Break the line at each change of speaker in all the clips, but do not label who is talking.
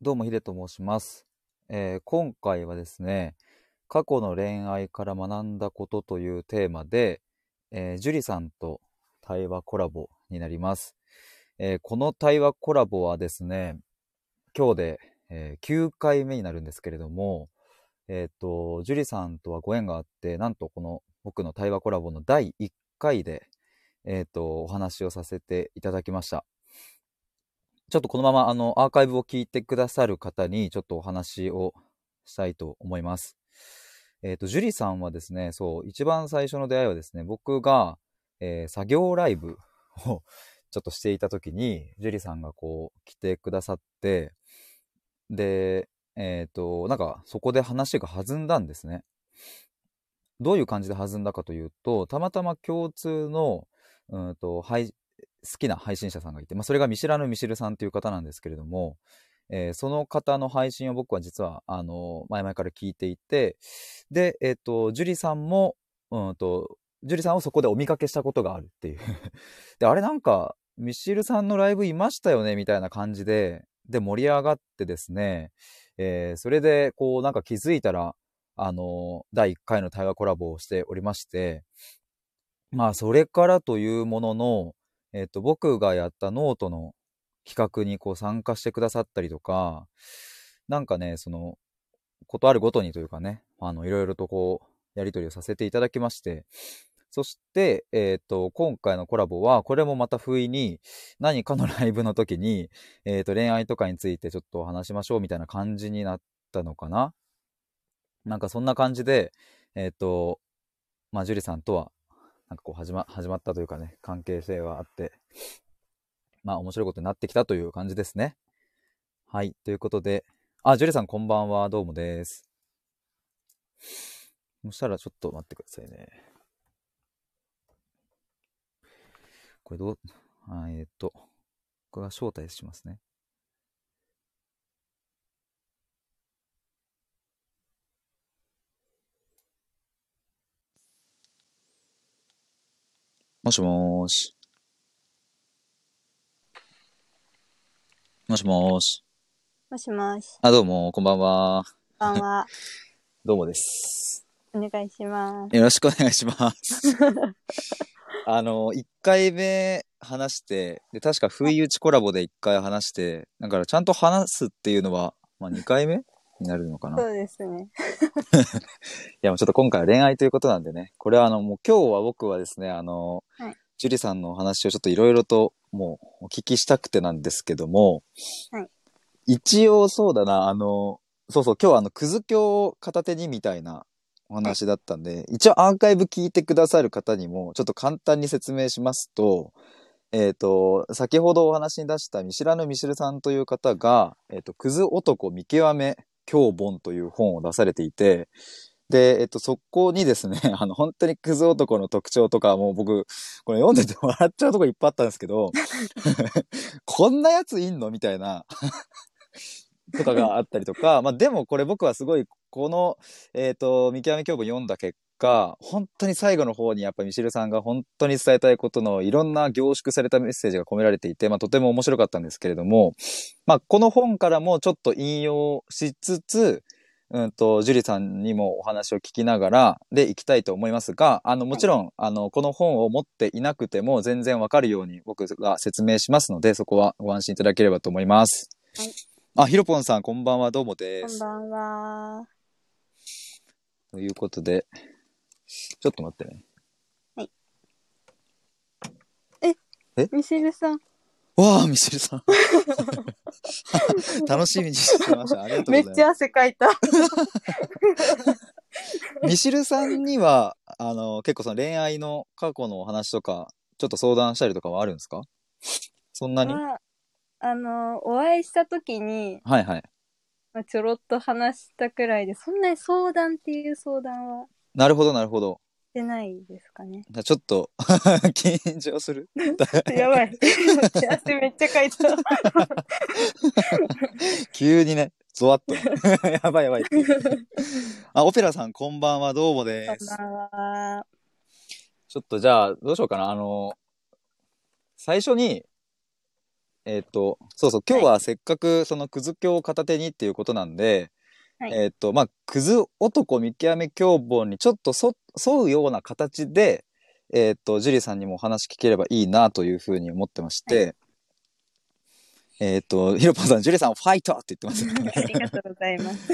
どうも、ヒデと申します、えー今回はですね、過去の恋愛から学んだことというテーマで、えージュリさんと対話コラボになります。えーこの対話コラボはですね、今日で、えー9回目になるんですけれども、えっ、と、ジュリさんとはご縁があって、なんとこの僕の対話コラボの第1回で、えっ、と、お話をさせていただきました。ちょっとこのままあのアーカイブを聞いてくださる方にちょっとお話をしたいと思います。えっ、と、ジュリさんはですね、そう、一番最初の出会いはですね、僕が、えー作業ライブを ちょっとしていた時に、ジュリさんがこう来てくださって、で、えっ、と、なんかそこで話が弾んだんですね。どういう感じで弾んだかというと、たまたま共通の、うんと、配好きな配信者さんがいて、まあ、それが見知らぬミシルさんという方なんですけれども、えーその方の配信を僕は実は、あの前々から聞いていて、で、えっ、と、ジュリさんも、うんと、ジュリさんをそこでお見かけしたことがあるっていう。 で、あれなんか、ミシルさんのライブいましたよねみたいな感じで、で、盛り上がってですね、えーそれで、こう、なんか気づいたら、あの第1回の対話コラボをしておりまして、まあ、それからというものの、えっと、僕がやったノートの企画にこう参加してくださったりとか、なんかね、その、ことあるごとにというかね、あの、いろいろとこう、やりとりをさせていただきまして、そして、えっ、と、今回のコラボは、これもまた不意に、何かのライブの時に、えっ、と、恋愛とかについてちょっと話しましょうみたいな感じになったのかななんかそんな感じで、えっ、と、まあ、ジュリさんとは、なんかこう始ま、始まったというかね、関係性はあって、まあ面白いことになってきたという感じですね。はい。ということで、あ、ジュリさんこんばんは、どうもです。そしたらちょっと待ってくださいね。これどう、あえっ、と、僕が招待しますね。もしもーし。もしもーし。
もしもし、
あ、どうも、こんばんは。
こんばんは。
どうもです。
お願い します。
よろしくお願いします。あの、1回目話して、で、確か不意打ちコラボで1回話して、だからちゃんと話すっていうのは、まあ2回目になるのかな。い
そうですね。
や、もうちょっと今回は恋愛ということなんでね、これはあの、もう今日は僕はですね、あの、
はい
ジュリさんのお話をちょっといろいろともうお聞きしたくてなんですけども、
はい
一応そうだな、あの、そうそう、今日はあの、くず教を片手にみたいなお話だったんで、一応アーカイブ聞いてくださる方にも、ちょっと簡単に説明しますと、えっ、と、先ほどお話に出した見知らぬミシルさんという方が、えっ、と、くず男見極め教本という本を出されていて、で、えっ、と、そこにですね、 あの、本当にクズ男の特徴とか、もう僕、これ読んでて笑っちゃうとこいっぱいあったんですけど、 こんなやついんのみたいな、 とかがあったりとか、まあでもこれ僕はすごい、この、えっ、と、見極め教本読んだ結果、本当に最後の方にやっぱミシルさんが本当に伝えたいことのいろんな凝縮されたメッセージが込められていて、まあとても面白かったんですけれども、まあこの本からもちょっと引用しつつ、うんと、ジュリさんにもお話を聞きながらでいきたいと思いますが、あの、もちろん、あの、この本を持っていなくても全然わかるように僕が説明しますので、そこはご安心いただければと思います。
はい
あ、ひろぽんさん、こんばんは、どうもで
こん
す。
ばんは。
ということで、ちょっと待ってね。
ミシルさん、
わあ、ミシル さん。楽しみにしてました。ありがとう
め
ご
っ
ざいます。
ちゃ汗かいた。
ミシルさんには、あの、結構その恋愛の過去のお話とか、ちょっと相談したりとかはあるんですかそんなに、
まああの、お会いした時に、
はいはい。
まあちょろっと話したくらいで、そんなに相談っていう相談は
なるほど、なるほど。。
してないですかね
じゃあちょっと、 緊張する。
や ばい。汗めっちゃかいた。
急にね、ゾワッとね。 やばいやばい。 あ、オペラさん、こんばんは、どうも
こん
です。
ばん は。
ちょっとじゃあ、どうしようかな。あの、最初に、えっ、と、そうそう、今日はせっかくそのクズ教を片手にっていうことなんで、
はい
えっ、と、まあ、クズ男見極め教本にちょっとそ沿うような形で、えっ、と、ジュリーさんにもお話聞ければいいなというふうに思ってまして、えっ、と、ヒロポンさん、ジュリーさん、ファイトって言ってますよね。
ありがとうございます。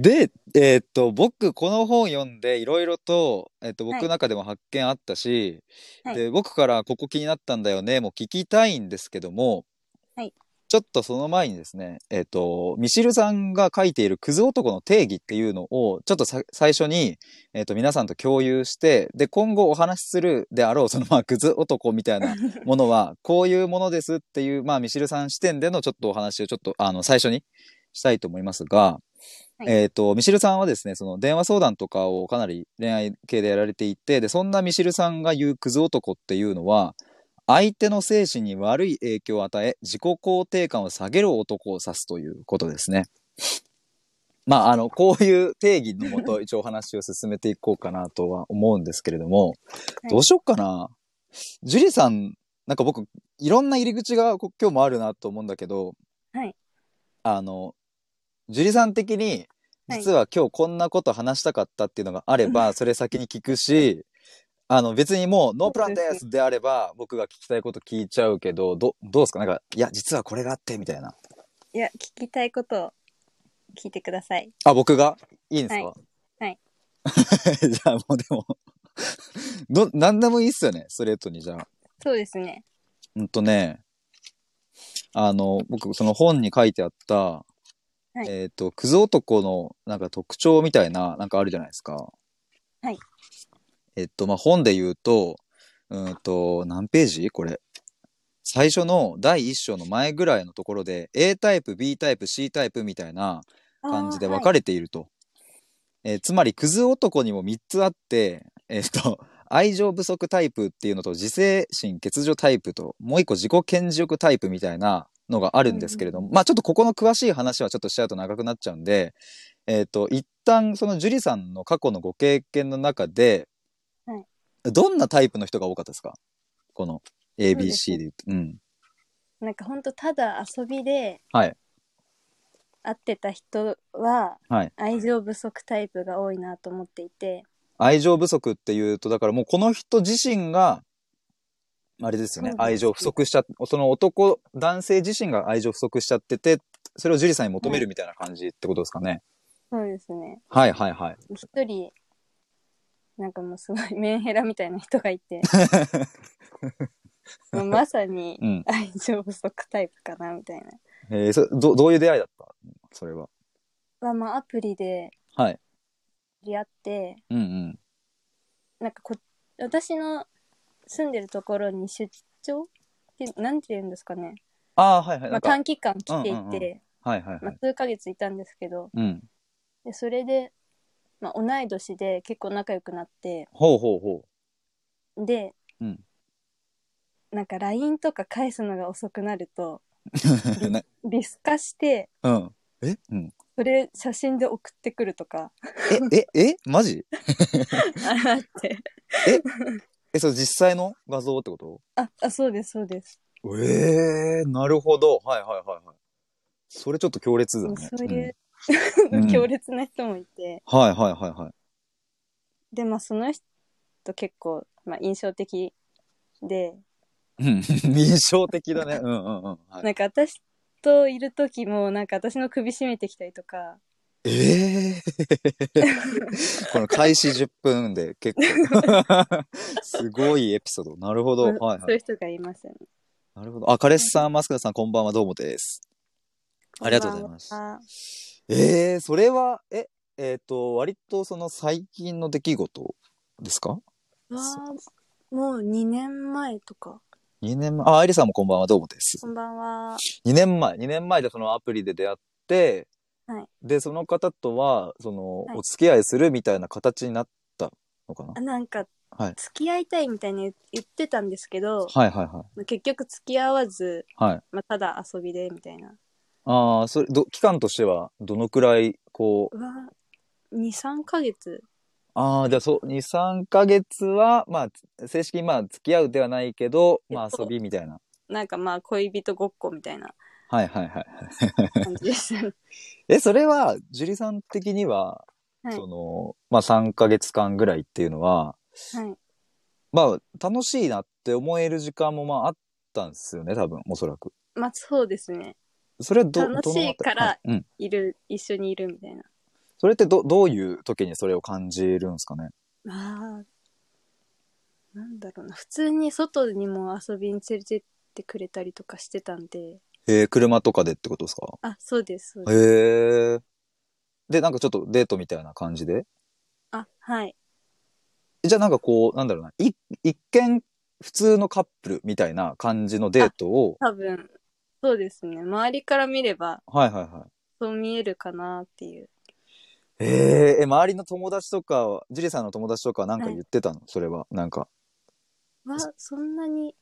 で、えーっと、僕、この本読んで、いろいろと、えーっと、
はい
僕の中でも発見あったし、
はい
で、僕からここ気になったんだよね、もう聞きたいんですけども、
はい
ちょっとその前にですね、えーっと、ミシルさんが書いているクズ男の定義っていうのを、ちょっとさ最初に、えーっと、皆さんと共有して、で、今後お話しするであろう、その、まあ、クズ男みたい なものは、こういうものですっていう、まあ、ミシルさん視点でのちょっとお話をちょっと、あの、最初にしたいと思いますが、
はい
えっ、と、ミシルさんはですね、その電話相談とかをかなり恋愛系でやられていて、で、そんなミシルさんが言うクズ男っていうのは、相手の精神に悪い影響を与え、自己肯定感を下げる男を指すということですね。まあ、あの、こういう定義のもと、一応お話を進めていこうかなとは思うんですけれども、
い
どうしよっかな。ジュリさん、なんか僕、いろんな入り口がこ今日もあるなと思うんだけど、
はい
あの、ジュリさん的に、
はい
実は今日こんなこと話したかったっていうのがあれ ば、それ先に聞くし、あの別にもうノープランですであれば、僕が聞きたいこと聞いちゃうけど、ど、どうですかなんか、いや、実はこれがあって、みたいな。
いや、聞きたいことを聞いてください。
あ、僕がいいんですか
はいはい
じゃあもうでも ど、なんでもいいっすよね、ストレートにじゃあ。
そうですね。
うんとね、あの、僕、その本に書いてあった、
い
えっ、と、クズ男のなんか特徴みたいな、なんかあるじゃないですか。
はい。
えっと、まあ、本で言うと、うーんと、何ページこれ。最初の第一章の前ぐらいのところで、A タイプ、B タイプ、C タイプみたいな、感じで分か
る。
れていると。えーつまり、クズ男にも3つあって、えーっと、 愛情不足タイプっていうのと、自制心欠如タイプと、もう一個自己顕示欲タイプみたいなのがあるんですけれども、まあちょっとここの詳しい話はちょっとしちゃうと長くなっちゃうんで、えーっと、一旦その樹里さんの過去のご経験の中で、
はい
どんなタイプの人が多かったですかこの A、
そうで
B、
す
C で言うと。うん。
なんか本当ただ遊びで
はい。
会ってた人は
はい。
愛情不足タイプが多いなと思っていて、
愛情不足っていうと、だからもうこの人自身が、あれですよね
そう、です
愛情不足しちゃっその男、男性自身が愛情不足しちゃってて、それをジュリさんに求めるみたいな感じってことですかね。
そうですね。
はいはいはい。
一人、なんかもうすごい メンヘラみたいな人がい て、もうまさに
うん。
愛情不足タイプかなみたいな。
えーそど、どういう出会いだったそれは。
はまあアプリで
はい。
知り合って、
うんうん。
なんかこ私の住んでるところに出張ってなんて言うんですかね、
ああ、はいはい。
ま
な
あ、
んか、
短期間来ていて、
うんうんうんはいはいは
まあ
い。、
数ヶ月いたんですけど
うん。
でそれで、まあ、同い年で結構仲良くなって
ほうほうほ
で、
うん
なんか LINE とか返すのが遅くなると
う。ね
リス化して
うん。えうん。
それ写真で送ってくるとか
え、え、えマジ
あって
え、それ実際の画像ってこと
ああそうですそうです
ええなるほど。はいはいはいはい。それちょっと強烈だ
もう
ね。
そういう、
うん
強烈な人もいて。
うんはいはいはいはい。
でまあその人結構、まあ、印象的で
うん 印象的だね。うんうんうん。はい
なんか私といる時もなんか私の首絞めてきたりとか
ええ この開始10分で結構 すごいエピソード。なるほど。
そ
は
う
い
そう
はいい。
う人がいますよね。
なるほど。あ、彼氏さん、マスクさん、こんばんは、どうもです。ありがとうございます
こんばんは
ええそれは、え、えっ、と、割とその最近の出来事ですか
わあもう2年前とか。
?2 年前。あ、愛理さんもこんばんは、どうもです。
こんばんは。
2年前2年前でそのアプリで出会って、
はい
でその方とはその、
はい
お付き合いするみたいな形になったのかな
あなんか
はい
付き合いたいみたいに言ってたんですけど、
はいはいはい
まあ結局付き合わず、
はい
まあ、ただ遊びでみたいな。
ああそれど期間としてはどのくらいこう
うわ23ヶ月
ああじゃあそう23ヶ月はまあ正式にまあ付き合うではないけどまあ
そ
遊
う
びみたいな
なんかまあ恋人ごっこみたいな
はいはいはい。
感じ でしたね。
え、それは、樹里さん的には、
はい
その、まあ3ヶ月間ぐらいっていうのは、
はい。
まあ楽しいなって思える時間もまああったんですよね、多分、おそらく。
まあそうですね。
それはど、
楽しい
どのあたり
から
はいうん。
いる、一緒にいるみたいな。
それってど、どういう時にそれを感じるんですかね。
ああ。なんだろうな。普通に外にも遊びに連れてってくれたりとかしてたんで。
えー、車とかでってことですか
あ、そうです。そうです
へえ。で、なんかちょっとデートみたいな感じで。
あ、はい。
じゃあなんかこう、なんだろうな、い一見普通のカップルみたいな感じのデートを、
多分、そうですね。周りから見れば、
はいはいはい。
そう見えるかなっていう。
えー、え、周りの友達とかは、ジュリさんの友達とかはなんか言ってたの、それは。なんか。
まあ、そんなに、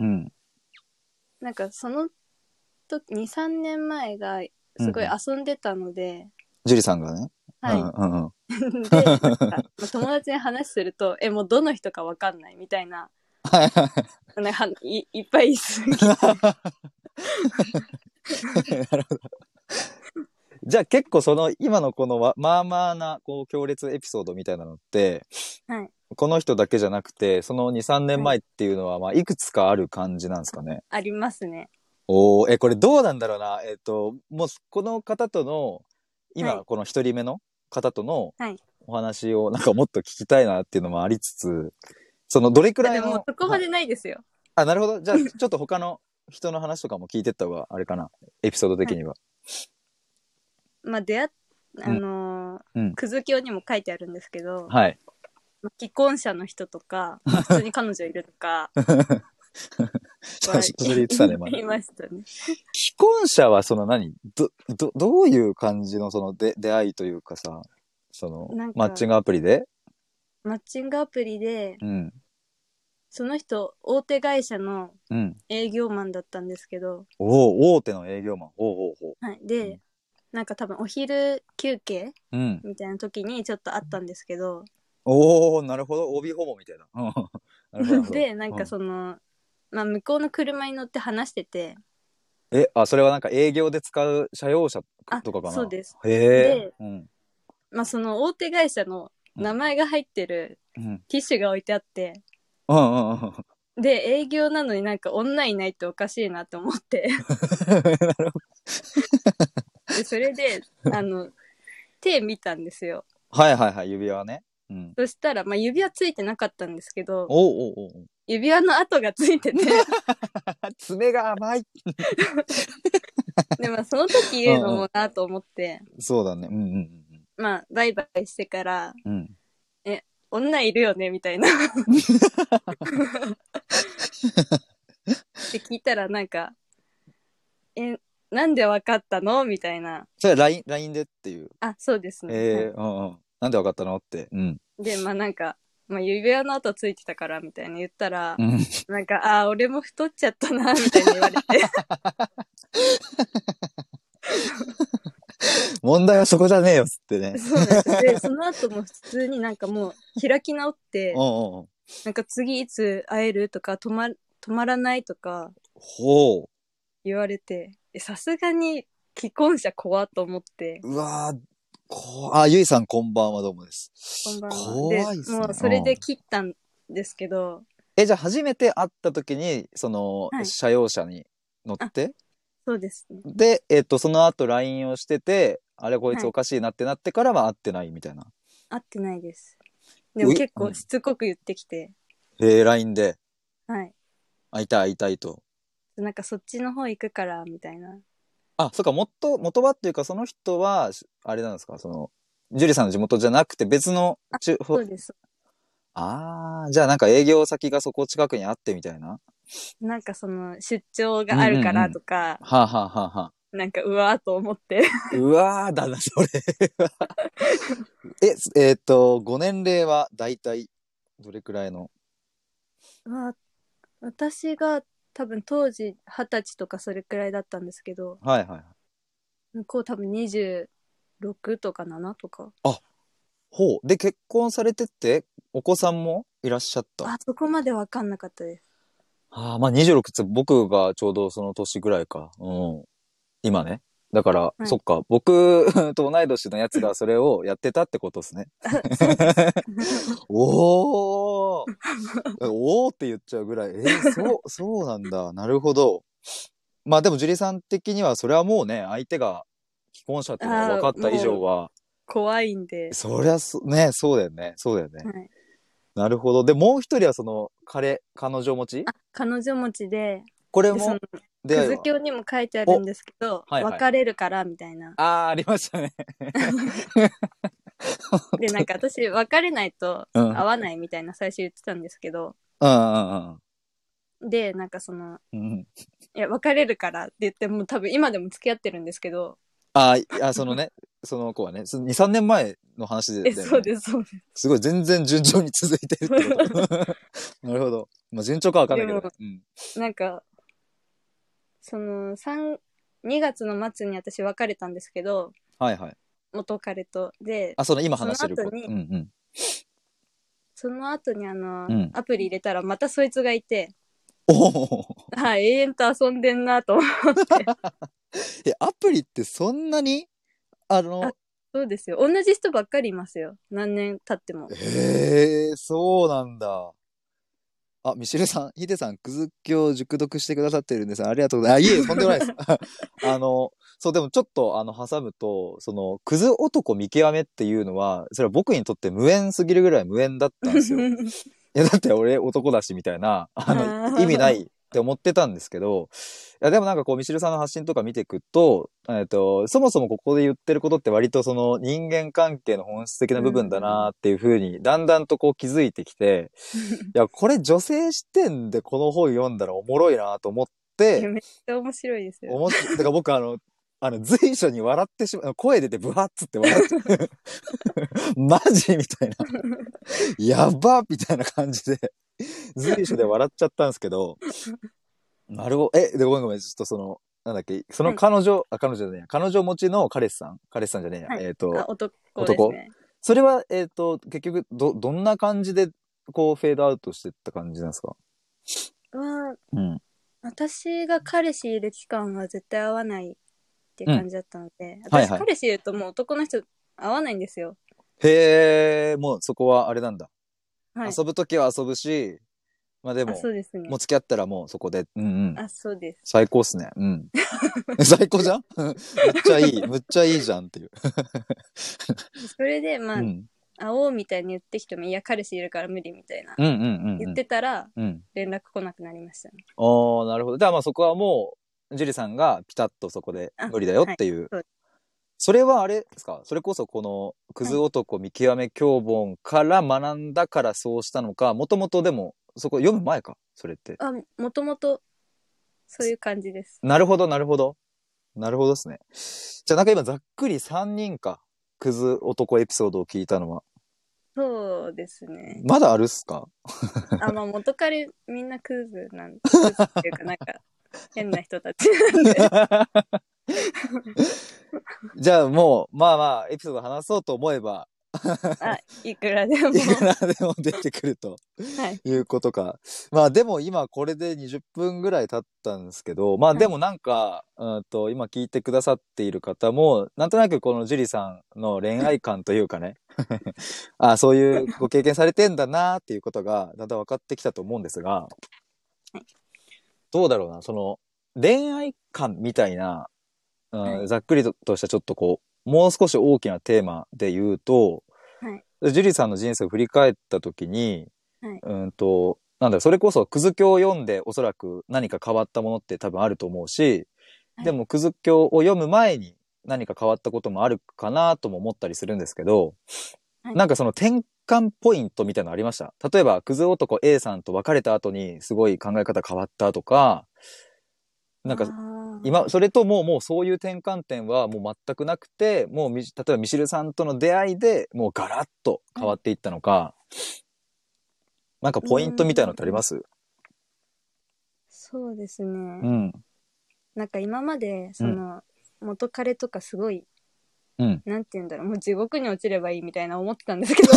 うん。
なんかその時、2、3年前が、すごい遊んでたので、
ジュリさんがね。
はい。
うんうんうん。
でなんかまあ友達に話すると 「えもうどの人かわかんない」みたいな
はいはい
なんかはいいっぱいいすぎて
なるほど。じゃあ結構その今のこのわまあまあなこう強烈エピソードみたいなのって、
はい
この人だけじゃなくてその23年前っていうのはまあいくつかある感じなんですかね。
ありま すね。
おーえこれどうなんだろうなえっ、ともうこの方との今、
はい
この一人目の方との
はい
お話をなんかもっと聞きたいなっていうのもありつつそのどれくらい
で
の
もそこまでないですよ。
あなるほどじゃあちょ っと他の人の話とかも聞いてった方があれかなエピソード的には。
まあ出会っあのー
うん
くずきょうにも書いてあるんですけど、
はい
まあ既婚者の人とか普通に彼女いるとか
ちょっ とそれ言ってたね、
は
前。
い
既
いましたね。
婚者はその何ど、ど、どういう感じのその出出会いというかさ、その
なん、か
マッチングアプリで
マッチングアプリで
うん。
その人大手会社の
うん。
営業マンだったんですけど、
おお大手の営業マン。おうおうおう
はい、
う
で
ん
なんか多分お昼休憩
うん。
みたいな時にちょっと会ったんですけど、
おおなるほど。帯ホモみたいな。うん。 なるほどなるほど。
でなんかその、まあ、向こうの車に乗って話してて
うん、え、あ、それはなんか営業で使う車用車
あ
とかかな
そうです、
へえ
で。
うん。
まあ、その大手会社の名前が入ってる
うん。
ティッシュが置いてあって
うんうん うん。
で営業なのになんか女いないっておかしいなと思ってでそれ であの手見たんですよ
はいはいはい、指輪ね。うん。
そしたら、まあ、指輪ついてなかったんですけど
おうおうおうおう
指輪の跡がつ いてて
爪が甘い。
で、まあ、その時言うのもなと思って、
そうだね。うんうんうん
まあ、バイバイしてから
うん。うん。
女いるよねみたい な。って聞いたらなんか「えなんでわかったの?」みたいな
それは LINE, LINE でっていう。
あそうですね、
ええうんうん。なんでわかったのって。うん。
でまあなんか、まあ、指輪の跡ついてたからみたいに言ったら、
うん。
なんか「あー俺も太っちゃったな」みたいに言われて
問題はそこじゃねえよっつってね。
そうなんで すでその後も普通になんかもう開き直って
うんうんうん。
なんか次いつ会えるとか止ま止まらないとか
ほう。
言われてえさすがに既婚者怖っと思って。
うわーこあ、ゆいさんこんばんはどうもです。
こんばんは。
怖いっすね。
もうそれで
うん
切ったんですけど、
え、じゃあ初めて会った時に、その、
はい
車用車に乗って、
そうですね。
で、えっ、と、その後 LINE をしてて、あれこい
は
つ
い
おかしいなってなってからは会ってないみたいな。
合ってないです。でも
うい
結
う
構
ん
しつこく言ってきて、
えー、LINE で、
はい。
会いたい会いたいと。
なんかそっちの方行くから、みたいな。
あ、そっか、元、元はっていうか、その人は、しあれなんですか、その、ジュリさんの地元じゃなくて別の中、ほ
そうです。
ああ、じゃあなんか営業先がそこ近くにあってみたいな。
なんかその出張があるからとか、
はあ、はあはあは
なんかうわーと思って。
あ、うわーだな、そ れは。え、えっ、と、ご年齢は大体、どれくらいの
まあ、私が多分当時二十歳とかそれくらいだったんですけど、
はいはい。
向こう多分26とか7とか。
ほう。で、結婚されてって、お子さんもいらっしゃった。は
あ、そこまでわかんなかったです。
あああ、まあ26って僕がちょうどその年ぐらいか。うん。今ね。だから、
い
そっか、僕 と同い年のやつがそれをやってたってことですね。 おー おーって言っちゃうぐらい。えーそう、そうなんだ。なるほど。まあでも、樹里さん的には、それはもうね、相手が既婚者っていうのが分かった以上は、
怖いんで。
そりゃそ、ね、そうだよね。そうだよね。
はい、
なるほど。で、もう一人はその、彼、彼女持ち
あ彼女持ちで
これ
でそ
も
の、
出会い
続
は
きにも書いてあるんですけど、
おはいはい
別れるからみた いな。
ああ、ありましたね。
でなんか私別れないと
うん。うん
会わないみたいな最初言ってたんですけど
うん
でなんかその
うんうん。
「いや別れるから」って言ってもう多分今でも付き合ってるんですけど
あーあ、そのね、 その子はね、その2、3年前の話で、
え
ね。
そうですそうです
すごい、全然順調に続いてるってこと。 なるほど。まあ、順調かわかんないけど、ね。うん。
なんか、その、三2月の末に私別れたんですけど、
はいはい。
元彼と。で、
あ、その今話してる子。
その
う
後に
ん
その後にあの、
うん
アプリ入れたらまたそいつがいて、
うん。おお。
あ永遠と遊んでんなと思って
え、アプリってそんなにあの
あ、そうですよ。同じ人ばっかりいますよ。何年経っても。
へえ、そうなんだ。あ、ミシェルさん、ヒデさん、くずきを熟読してくださってるんです。ありがとうございます。あ、いえいえ、とんでもないです。あの、そう、でもちょっと、あの、挟むと、その、くず男見極めっていうのは、それは僕にとって無縁すぎるぐらい無縁だったんですよ。いや、だって俺男だしみたいな、あ
あ
の、
ー
意味ないって思ってたんですけど、いや、でもなんかこう、ミシルさんの発信とか見ていくと、えっと、そもそもここで言ってることって割とその人間関係の本質的な部分だなっていうふうに、だんだんとこう気づいてきて、いや、これ女性視点でこの本読んだらおもろいなと思っ
いや
て、
めっちゃ面白いですよ。
思って、だから僕あの、あの、随所に笑ってしまう、声出てブワッつって笑って、 マジみたいな。やばみたいな感じ で、随所で笑っちゃったんですけど、なるほど。え、で、ごめんごめん。ちょっとその、なんだっけ、その彼女、あ、彼女じゃねえや、彼女持ちの彼氏さん彼氏さんじゃねえや。
はい
えっ、
あ
と、
男ですね。
それは、えっ、と、結局、ど、どんな感じで、こう、フェードアウトしてった感じなんですか
は
うん。
私が彼氏いる期間は絶対会わないっていう感じだったので、
はい
私
はい
彼氏いるともう男の人会わないんですよ。
へえ、もうそこはあれなんだ。
はい。
遊ぶときは遊ぶし、まあで
あ
も
そ、うですね
もう。付き合ったらもうそこで、うんうん。
あ、そうです。
最高っすね。 うん。最高じゃん むっちゃいい、むっちゃいいじゃんっていう。
それで、まあ、
うん。
会おうみたいに言ってきても、いや、彼氏いるから無理みたいな。
うんうんうんうん。
言ってたら、
うん。
連絡来なくなりましたね。
おーなるほど。じゃあまあそこはもう、ジュリさんがピタッとそこで無理だよっていう。
はいそう
それはあれですかそれこそこの、クズ男見極め教本から学んだからそうしたのか、もともとでも、そこ読む前かそれって。
あ、もともと、そういう感じです。
なるほど、なるほど。なるほどですね。じゃあなんか今ざっくり3人か。クズ男エピソードを聞いたのは。
そうですね。
まだあるっすか
あ、まあ、元彼みんなクズなんクズっていうか、な んか、変な人たち なんで。
じゃあもう、まあまあ、エピソード話そうと思えば、
あ、いくらでも。
いくらでも出てくると
はい。
いうことか。まあでも今これで20分ぐらい経ったんですけど、まあでもなんか、うんと今聞いてくださっている方も、なんとなくこのジュリさんの恋愛観というかね、 あそういうご経験されてんだなっていうことが、だんだん分かってきたと思うんですが、どうだろうな、その恋愛観みたいな、うん
はい
ざっくりととしたちょっとこう、もう少し大きなテーマで言うと、ジュリーさんの人生を振り返った時に、
はい
うんと、なんだろうそれこそ、クズ教を読んで、おそらく何か変わったものって多分あると思うし、
はい
でも、クズ教を読む前に何か変わったこともあるかなとも思ったりするんですけど、
はい
なんかその転換ポイントみたいなのありました例えば、クズ男 A さんと別れた後に、すごい考え方変わったとか、なんか
あ、ー、
今、それとも、もうそういう転換点はもう全くなくて、もうみ、例えばミシルさんとの出会いでもうガラッと変わっていったのか、なんかポイントみたいなのってあります
そうですね。
うん。
なんか今までその、元彼とかすごい
うん。
なんて言うんだろうもう地獄に落ちればいいみたいな思ってたんですけど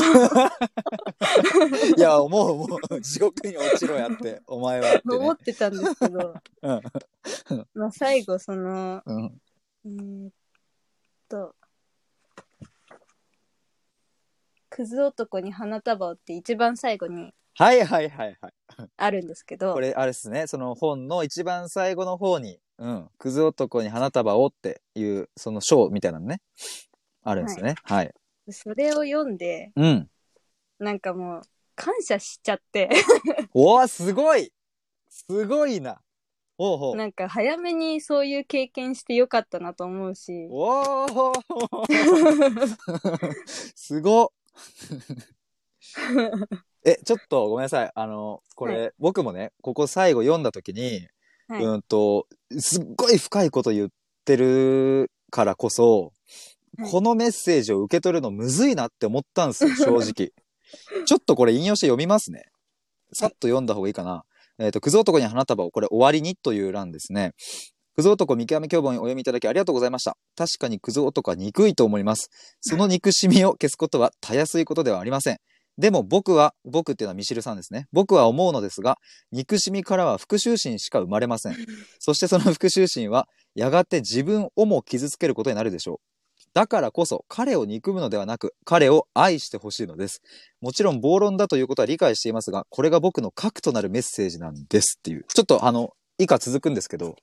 いや、思う思う。地獄に落ちろやって、 お前はってね
思っ。てたんですけど
うん
まあ最後その
うん。
えーっと「クズ男に花束を」って一番最後に
はいはいはいはい。
あるんですけど
これ、あれですね。その本の一番最後の方に、うん。クズ男に花束をっていう、その章みたいなのね。あるんですよね。はい。
それを読んで
うん。
なんかもう感謝しちゃって
おおすごいすごいな。ほうほう。
なんか早めにそういう経験してよかったなと思うし
おお すごっえちょっとごめんなさいあのこれ、
は
僕もねここ最後読んだ時に、
はい
うんとすっごい深いこと言ってるからこそ、
はい
このメッセージを受け取るのむずいなって思ったんです よ正直ちょっとこれ引用して読みますねさっと読んだ方がいいかなえっ、と、クズ男に花束を、これ終わりにという欄ですね。クズ男見極め教本をお読みいただきありがとうございました。確かにクズ男は憎いと思います。その憎しみを消すことはたやすいことではありません。でも僕は、僕っていうのはミシルさんですね。僕は思うのですが、憎しみからは復讐心しか生まれません。そしてその復讐心は、やがて自分をも傷つけることになるでしょう。だからこそ彼を憎むのではなく彼を愛してほしいのです。もちろん暴論だということは理解していますが、これが僕の核となるメッセージなんですっていう。ちょっとあの、以下続くんですけど、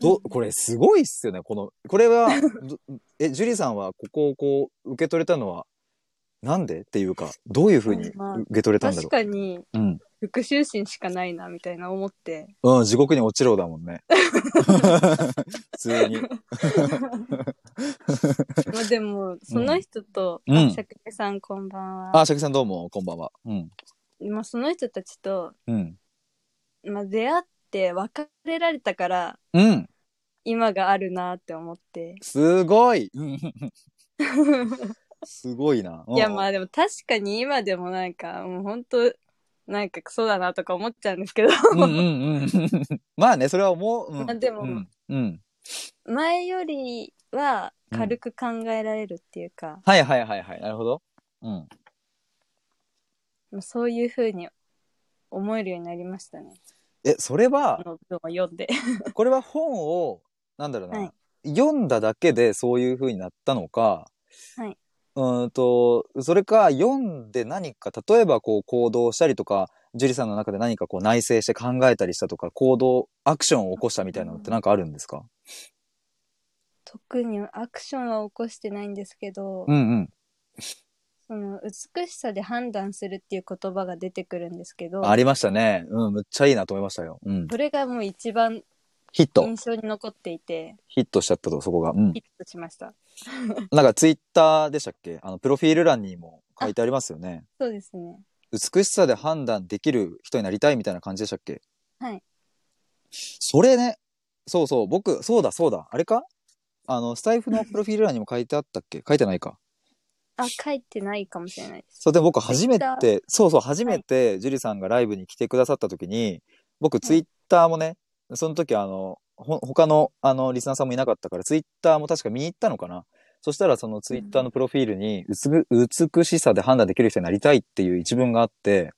どう、これすごいっすよね。この、これは、ど え、ジュリさんはここをこう、受け取れたのは、なんでっていうか、どういうふうに受
まあ
け取れたんだ
確
ろ
かに
う。うん。
復讐心しかないなみたいな思って
うん、地獄に落ちろだもん ね。普通に。
まあで もその人と
うん
さくらさんこんばんは
あ、シャキさんどうも、こんばんは。うん。
まあその人たちと、
うん。
まあ、出会って別れられたから
うん。
今があるなって 思って
すごい。うんすごいな。
いや
うん
まあでも確かに今でもなんかもう本当なんかクソだなとか思っちゃうんですけど、
うんうん うん。まあね、それはもう、うん、
まあ でも
うん、うん。
前よりは軽く考えられるっていうか、
はいはいはいはい。なるほど。うん。
まあそういう風に思えるようになりましたね
え、それ
こ
は、
の文を読んで
これは本を、なんだろうな、
はい
読んだだけでそういう風になったのか、
はい。
うーんと、それか、読んで何か、例えばこう行動したりとか、ジュリさんの中で何かこう内省して考えたりしたとか、行動、アクションを起こしたみたいなのってなんかあるんですか
特にアクションは起こしてないんですけど、
うんうん。
その美しさで判断するっていう言葉が出てくるんですけど
ありましたね。うん、むっちゃいいなと思いましたよ。うん。
それがもう一番
ヒット
印。象に残っていて
ヒットしちゃったと、そこが。うん
ヒ。ットしました
なんかツイッターでしたっけあの、プロフィール欄にも書いてありますよね。
そうですね
美しさで判断できる人になりたいみたいな感じでしたっけ
はい。
それね。そうそう。僕、そうだそうだ。あれかあの、スタイフのプロフィール欄にも書いてあったっけ書いてないか。
あ書いてないかもしれないです
そう、でも僕初め
ツイッタ
て、そうそう、初めて、ジュリさんがライブに来てくださった時に、僕ツイッターもね、その時あの、ほ、他の、あの、リスナーさんもいなかったから、ツイッターも確か見に行ったのかな。そしたらそのツイッターのプロフィールに、うつぐ、美しさで判断できる人になりたいっていう一文があって、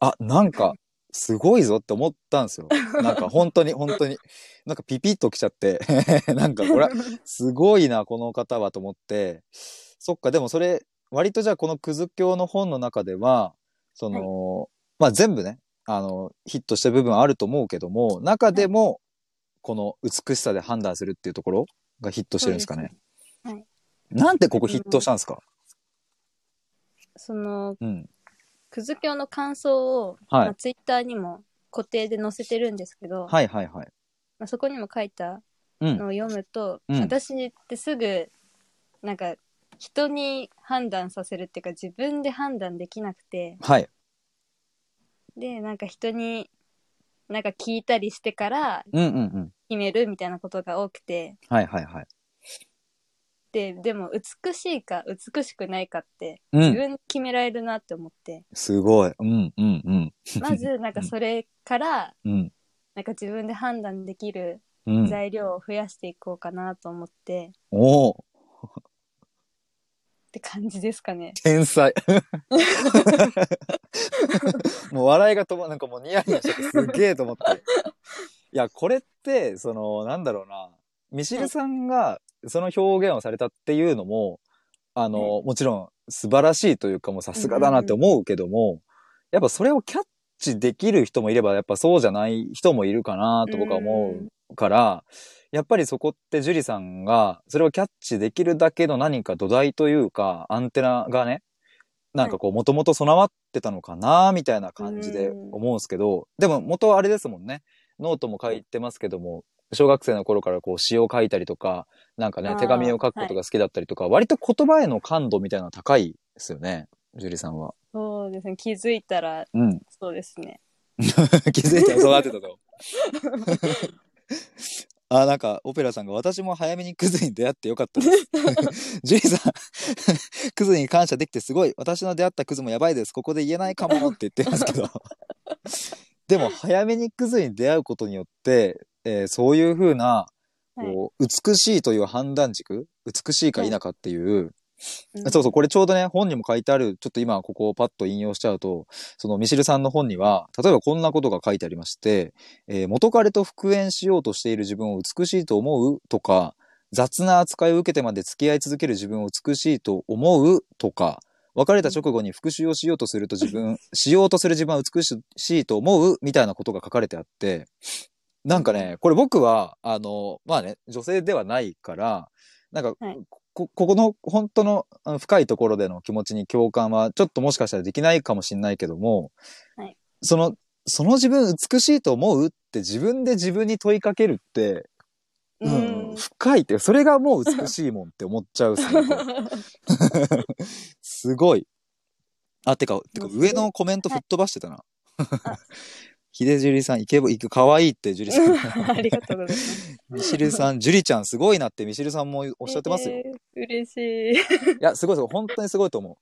あ、なんか、すごいぞって思ったんですよ。なんか本当に本当に。なんかピピッときちゃって、 なんかこれはすごいな、この方はと思って。そっか、でもそれ、割とじゃあこのクズ教の本の中では、その、まあ全部ね、あの、ヒットした部分はあると思うけども、中でも、この美しさで判断するっていうところがヒットしてるんですかね。
そうですね
なんでここヒットしたんですか
その
うん。
くず教の感想を、
はい
まあ、ツイッターにも固定で載せてるんですけど、
はいはいはい。
まあ、そこにも書いた
うん
の。を読むと、
うん
私ってすぐなんか人に判断させるっていうか自分で判断できなくて
はい。
でなんか人になんか聞いたりしてから
うんうんうん。
決めるみたいなことが多くて
はいはいはい。
ででも美しいか美しくないかって
う
自
ん。
分で決められるなって思って、
すごい。うんうんうん。
まずなんかそれから
うん。
なんか自分で判断できる
うん。
材料を増やしていこうかなと思って、
おお。
って感じですかね。
天才。 もう笑いが止まなんかもうニヤニヤしちゃってすげえと思って。いや、これって、その、なんだろうな、ミシルさんがその表現をされたっていうのも、あの、もちろん素晴らしいというかもうさすがだなって思うけども、やっぱそれをキャッチできる人もいれば、やっぱそうじゃない人もいるかなと僕は思うから、やっぱりそこって樹里さんがそれをキャッチできるだけの何か土台というかアンテナがねなんかこうもともと備わってたのかなみたいな感じで
うん
思うんですけど、でも元はあれですもんねノートも書いてますけども小学生の頃からこう詩を書いたりとかなんか
あ
ね
ー
手紙を書くことが好きだったりとか、割と言葉への感度みたいなの高いですよね樹里さんは。
そうですね。気づいたら、
うん
そうですね。
気づいたらそうなってたと。あなんかオペラさんが「私も早めにクズに出会ってよかったです」「ジュリーさんクズに感謝できてすごい私の出会ったクズもやばいですここで言えないかも」って言ってますけどでも早めにクズに出会うことによって、えーそういうふうなこう美しいという判断軸美しいか否かっていう、そうそう、これちょうどね、本にも書いてある、ちょっと今ここをパッと引用しちゃうと、そのミシルさんの本には、例えばこんなことが書いてありまして、えー元彼と復縁しようとしている自分を美しいと思うとか、雑な扱いを受けてまで付き合い続ける自分を美しいと思うとか、別れた直後に復讐をしようとすると自分、しようとする自分は美しいと思うみたいなことが書かれてあって、なんかね、これ僕は、あの、まあね、女性ではないから、なんか、
はい
こ、ここの本当のあの深いところでの気持ちに共感は、ちょっともしかしたらできないかもしれないけども、
はい
その、その自分美しいと思うって自分で自分に問いかけるって、
う
うん
ん。
深いって、それがもう美しいもんって思っちゃうっすね。これすごい。あ、てか、てか
もうすごい
上のコメント吹っ飛ばしてたな
あ。
秀樹さん、イケボ、イケ、可愛いって樹里さん。
ありがとうございます。
ミシルさん、ジュリちゃんすごいなってミシルさんもおっしゃってますよ。い
えー嬉しい。
や、すごいすごい。本当にすごいと思う。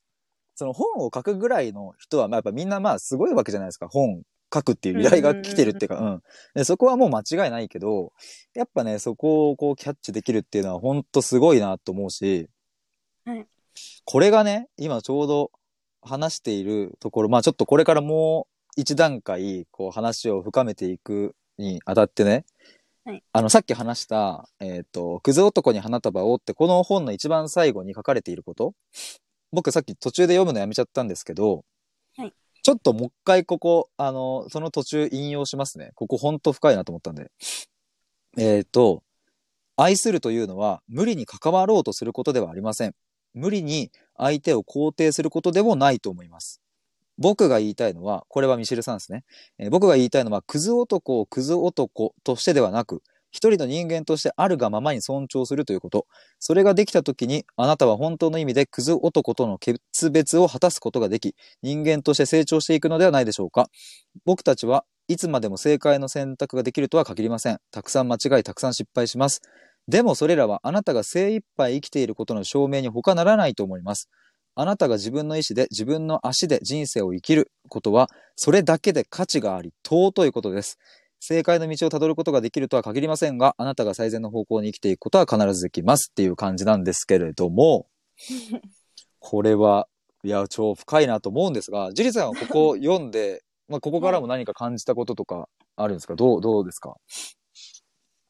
その本を書くぐらいの人は、まあ、やっぱみんなまあすごいわけじゃないですか。本書くっていう依頼が来てるっていうか、うんで。そこはもう間違いないけど、やっぱね、そこをこうキャッチできるっていうのは本当すごいなと思うし、
はい
これがね、今ちょうど話しているところ、まあちょっとこれからもう一段階、こう話を深めていくにあたってね、あの、さっき話した、えっ、と、クズ男に花束をって、この本の一番最後に書かれていること。僕さっき途中で読むのやめちゃったんですけど、
はい
ちょっともう一回ここ、あの、その途中引用しますね。ここほんと深いなと思ったんで。えっ、と、愛するというのは無理に関わろうとすることではありません。無理に相手を肯定することでもないと思います。僕が言いたいのは、これはミシルさんですね。えー僕が言いたいのは、クズ男をクズ男としてではなく、一人の人間としてあるがままに尊重するということ。それができた時に、あなたは本当の意味でクズ男との決別を果たすことができ、人間として成長していくのではないでしょうか。僕たちはいつまでも正解の選択ができるとは限りません。たくさん間違い、たくさん失敗します。でもそれらはあなたが精一杯生きていることの証明に他ならないと思います。あなたが自分の意志で自分の足で人生を生きることは、それだけで価値があり、尊いことです。正解の道をたどることができるとは限りませんが、あなたが最善の方向に生きていくことは必ずできますっていう感じなんですけれども、これは、いや、超深いなと思うんですが、ジュリさんはここを読んで、 まあ、ここからも何か感じたこととかあるんですかどう、どうですか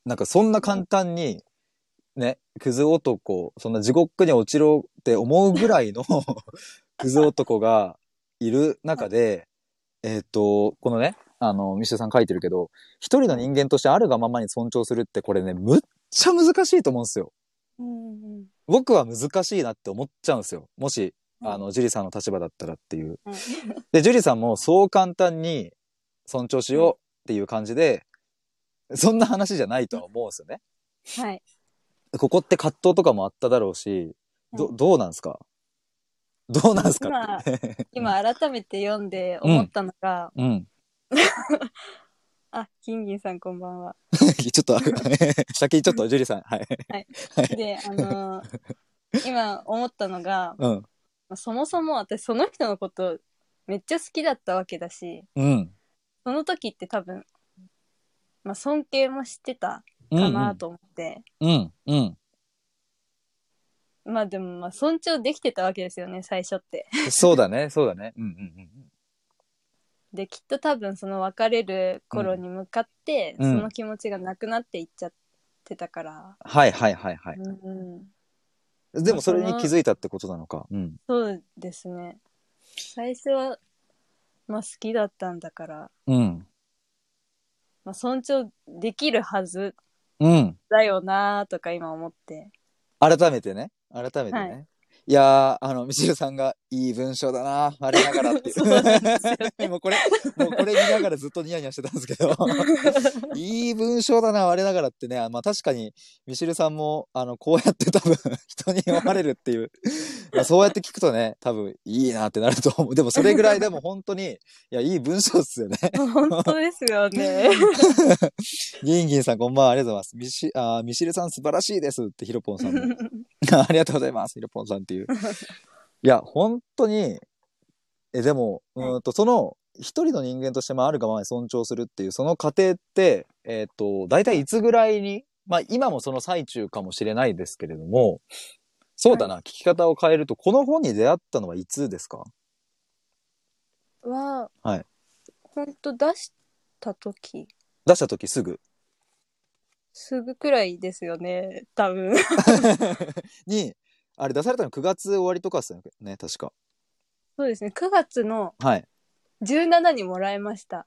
なんかそんな簡単に、ね、クズ男、そんな地獄に落ちろって思うぐらいの クズ男がいる中で、えっ、と、このね、あの、ミシュさん書いてるけど、一人の人間としてあるがままに尊重するってこれね、むっちゃ難しいと思うんですよ。
うんうん
僕は難しいなって思っちゃうんですよ。もし、
うん
あの、ジュリさんの立場だったらっていう。
はい
で、ジュリさんもそう簡単に尊重しようっていう感じで、そんな話じゃないとは思うんですよね。
はい。
ここって葛藤とかもあっただろうし、ど、どうなんですかどうなんですかって
今改めて読んで思ったのが、
うん。
あ、金銀さんこんばんは。
ちょっと、 先にちょっとジュリさん、はい。
で、あの ー今思ったのが、
うん。
まあそもそも私その人のことめっちゃ好きだったわけだし、
うん。
その時って多分、まあ、尊敬もしてた
うん
かなと思って、
うん。うん。
まあでもまあ尊重できてたわけですよね最初って。
そうだね、そうだね。うんうんうん。
できっと多分その別れる頃に向かって、
うん
その気持ちがなくなっていっちゃってたから、
はいはいはいはい。
うん、
でもそれに気づいたってことなのか。うん。
そうですね最初はまあ好きだったんだから、
うん。
まあ、尊重できるはず
うん。
だよなーとか今 思って
改めてね。改めてね。、
はい
やー、あの、ミシルさんがいい文章だな、あれながらってい
そうなんですよ
う。 もうこれ、もうこれ見ながらずっとニヤニヤしてたんですけど。いい文章だな、我ながらってね。まあ確かに、ミシルさんも、あの、こうやって多分、 人に読まれるっていう。まあそうやって聞くとね、多分、いいなってなると思う。でもそれぐらいでも本当に、いや、いい文章っすよね。
本当ですよ ね
ギンギンさん、こんばんは。ありがとうございます。ミシあーミシルさん、素晴らしいですって、ヒロポンさんも。 ありがとうございます、ヒロポンさんっていう。いや、本当に、え、でも、う
はい
ーんと、その、一人の人間として、まあ、あるがままに尊重するっていう、その過程って、えっ、と、大体いつぐらいに、まあ、今もその最中かもしれないですけれども、そうだな、聞き方を変えると、この本に出会ったのはいつですか
は、
はい
本当出した時
出した時す ぐ
すぐくらいですよね多分
に、あれ出されたの9月終わりとかですよね、確か。
そうですね9月の
はい。
17にもらいました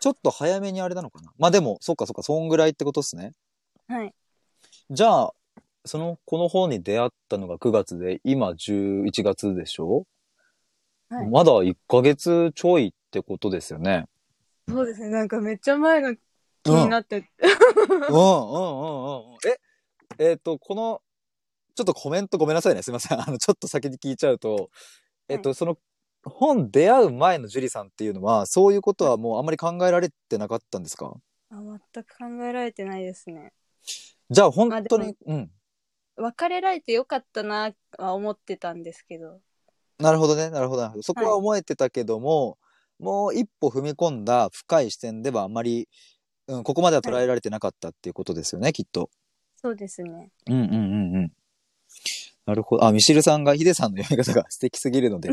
ちょっと早めにあれなのかなまあでも、そっかそっか、そんぐらいってことですね。
はい
じゃあ、その、この本に出会ったのが9月で、今11月でしょ、
はい
まだ1ヶ月ちょいってことですよね。
そうですねなんかめっちゃ前の気になって、
うん、うん、うん、うんうん。え、えっ、と、この、ちょっとコメントごめんなさいね。すいません。あ の、ちょっと先に聞いちゃうと、えっ、と、その、本出会う前のジュリさんっていうのは、そういうことはもうあんまり考えられてなかったんですか
あ全く考えられてないですね
じゃあ本当
まあ
に、うん。
別れられてよかったなは思ってたんですけど
なるほどね、なるほど、なるほど。そこは思えてたけども、もう一歩踏み込んだ深い視点ではあまり、うん、ここまでは捉えられてなかったっていうことですよね、きっと。
そうですね
うんうんうんうん。なるほど。あ、ミシルさんがヒデさんの読み方が素 敵すぎるので。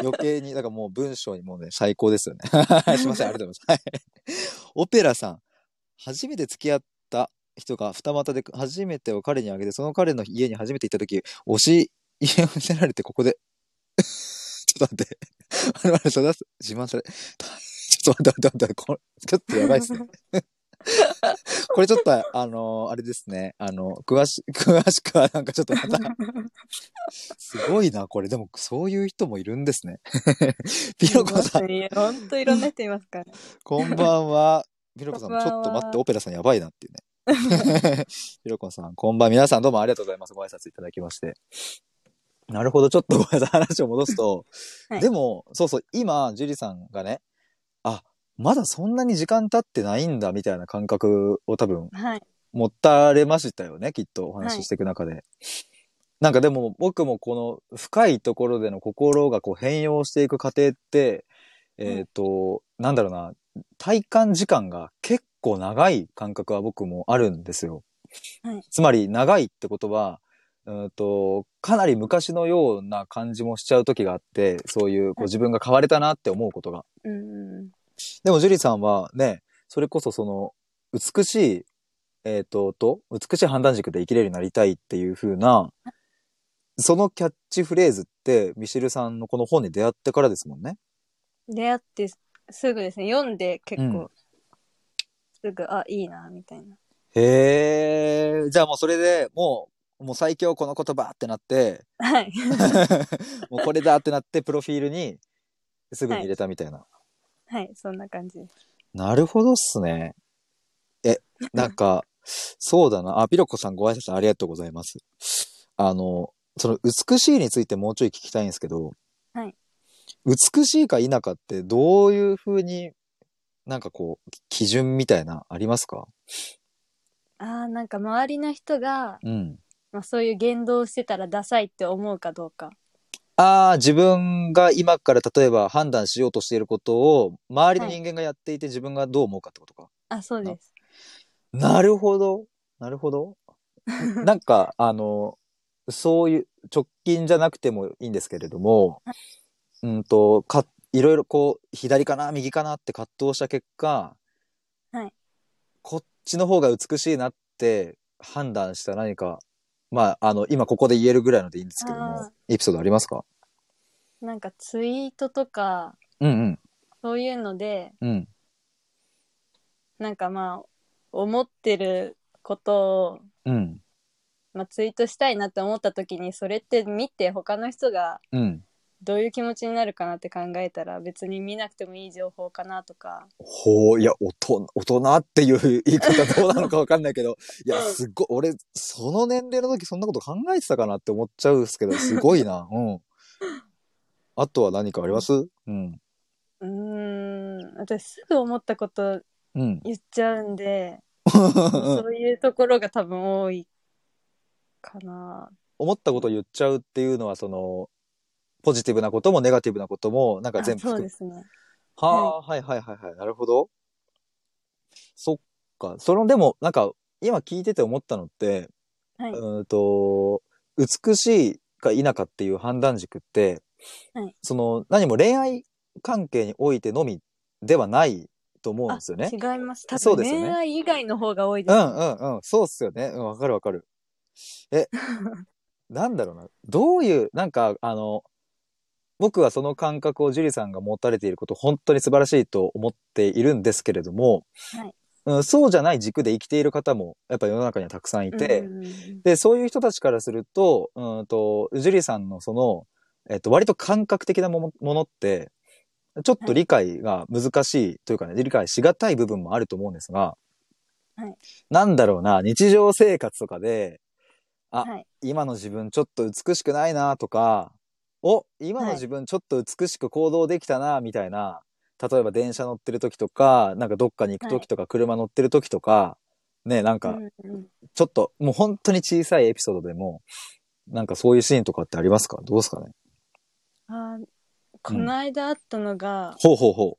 余計に、だからもう文章にもうね、最高ですよね。 すいません、ありがとうございます。はい。オペラさん、初めて付き合った人が二股で初めてを彼にあげて、その彼の家に初めて行った時、推し、 家を見せられてここで、 ちょっと待って。 あれあれ、それだ、自慢され。 ちょっと待って待って待って、これ、ちょっとやばいっすね。これちょっと、あのあれですね。あの、詳し、 詳しくはなんかちょっとまた、すごいな、これ。でも、そういう人もいるんです ね。 ピロコさん、
本 当いろんな人いますから
こんばんは。ピロコさん、
こんばん
ち
は
ょっと待って、オペラさんやばいなっていうね。 ピロコさん、こんばんは。皆さんどうもありがとうございます。ご挨拶いただきまして。なるほど、ちょっとごめんなさい。話を戻すと。
はい
でも、そうそう、今、ジュリさんがね、あ、まだそんなに時間経ってないんだ、みたいな感覚を多分
はい
持たれましたよねきっとお話ししていく中で、なんかでも僕もこの深いところでの心がこう変容していく過程ってえっ、と、なんだろうな体感時間が結構長い感覚は僕もあるんですよ、
はい
つまり長いってことはうんとかなり昔のような感じもしちゃう時があってそういうこう自分が変われたなって思うことが
うんうん
でも、ジュリーさんはね、それこそその、美しい、えっ、と、と、美しい判断軸で生きれるようになりたいっていう風な、そのキャッチフレーズって、ミシルさんのこの本に出会ってからですもんね。
出会ってすぐですね読んで結
う
構、すぐあいいなみたいな
へえ、じゃあもうそれでもう、もう最強この言葉ってな って、
はい
もうこれだってなって、プロフィールにすぐに入れたみたいな。
はいそんな感じです
なるほどっすね。え、なんか、そうだな。あ、ピロコさんご挨拶ありがとうございます。あの、その美しいについてもうちょい聞きたいんですけど、
はい
美しいか否かってどういうふうになんかこう、基準みたいなありますか
あーなんか周りの人が、
うん。
まあ、そういう言動をしてたらダサいって思うかどうか
ああ、自分が今から例えば判断しようとしていることを周りの人間がやっていて自分がどう思うかってことか。
あそうです
なるほど。なるほど。なんか、あの、そういう、直近じゃなくてもいいんですけれども、うんと、か、いろいろこう、左かな、右かなって葛藤した結果、
はい
こっちの方が美しいなって判断した何か、まあ、あの、今ここで言えるぐらいのでいいんですけど
あ
も
ー、
エピソードありますか
なんかツイートとか、
うん
そういうので、
うん、うん、
なんかまあ、思ってることを、
うん、
まあ、ツイートしたいなって思った時に、それって見て他の人が
うん。
どういう気持ちになるかなって考えたら、別に見なくてもいい情報かなとか、
ほう、いや、大人、大人っていう言い方どうなのかわかんないけど、いや、すごい、俺、その年齢の時そんなこと考えてたかなって思っちゃうんですけど、すごいな。うん。あとは何かありますうん。
うーん、私すぐ思ったこと
うん。
言っちゃうんで、そういうところが多分多いかな。
思ったことを言っちゃうっていうのは、その、ポジティブなこともネガティブなことも、なんか
あ
全部
そう
含
で
む。
すね。
はあ、はいはいはいはい。なるほど。そっか。その、でも、なんか、今聞いてて思ったのって、
はい。
うーんと、美しいか否かっていう判断軸って、
はい
その、何も恋愛関係においてのみではないと思うんですよね。
違います。多
そう
分
ですよね
恋愛以外の方が多いで
う
す。
んうんうん。そうっすよね。うん、わかるわかる。 え、なんだろうな。どういう、なんか、あの、僕はその感覚をジュリさんが持たれていること、本当に素晴らしいと思っているんですけれども、
はい
うん、そうじゃない軸で生きている方も、やっぱ世の中にはたくさんいて、
うんうんうん
で、そういう人たちからすると、うんと、ジュリーさんのその、えっと、割と感覚的なものものって、ちょっと理解が難しいというかね、理解しがたい部分もあると思うんですが、
はい
なんだろうな、日常生活とかで、あ
はい。
今の自分ちょっと美しくないなとか、お、今の自分ちょっと美しく行動できたな、みたいな、例えば電車乗ってる時とか、なんかどっかに行く時とか、車乗ってる時とか、ね、なんか、
うんうん
ちょっと、もう本当に小さいエピソードでも、なんかそういうシーンとかってありますかどうですかね
あーこの間あったのが、
ほうほうほ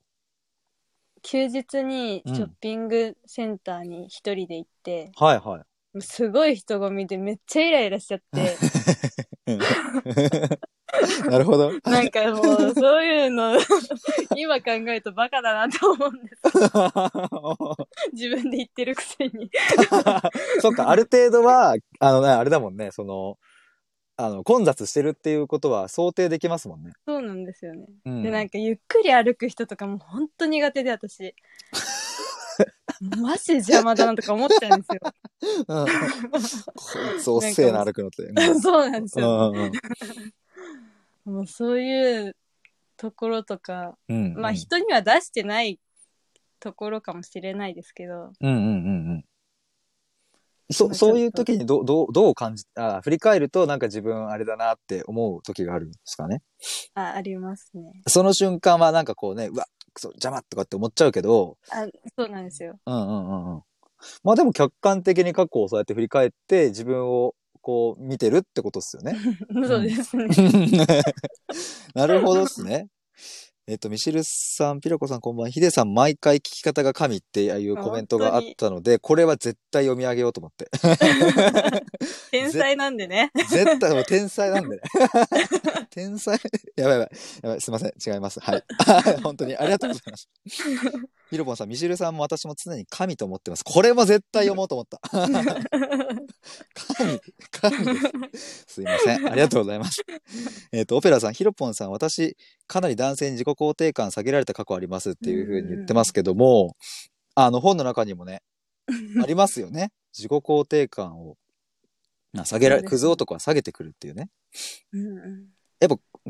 休日にショッピングセンターに一人で行って、
う。はいはい。
もうすごい人混みでめっちゃイライラしち ゃって、
なるほど。
なんかもうそういうの、 今考えるとバカだなと思うんです。 自分で言ってるくせに。
そっか、ある程度は、あのね、あれだもんね、その、あの、混雑してるっていうことは想定できますもんね。
そうなんですよね。
うん
でなんかゆっくり歩く人とかも本当苦手で 私マジ邪魔だなとか思っちゃうんですよ
うん、こいつおっせえな、歩くのって。うん
そうなん です
う
よ、
んうん
もうそういうところとか
うんうん。
まあ人には出してないところかもしれないですけど
うんうんうんうん。
ま
そ、
あちょっと
そういう時にどう、どう、どう感じ、あ振り返るとなんか自分あれだなって思う時があるんですかね。
あありますね
その瞬間はなんかこうね、うわ、くそ、邪魔とかって思っちゃうけど、
あそうなんですよ
うんうんうんうん。まあでも客観的に過去をそうやって振り返って自分をこう見てるってことですよ ね。
そうですね、
なるほどっすね。えっと、ミシルさん、ピラコさんこんばんは。ヒデさん、毎回聞き方が神っていうコメントがあったので、これは絶対読み上げようと思って。
天才なんで ね
絶対、もう天才なんでね。 天才やばいやばい。やばい、すいません。違います。はい。 本当にありがとうございます。ヒロポンさん、ミシルさんも私も常に神と思ってます。これも絶対読もうと思った。神、神です。すいません。ありがとうございます。えっと、オペラさん、ヒロポンさん、私、かなり男性に自己肯定感下げられた過去ありますっていうふうに言ってますけども、あの、本の中にもね、ありますよね。自己肯定感を。な下げられ、
そうですね
クズ男は下げてくるっていうね。
うんうん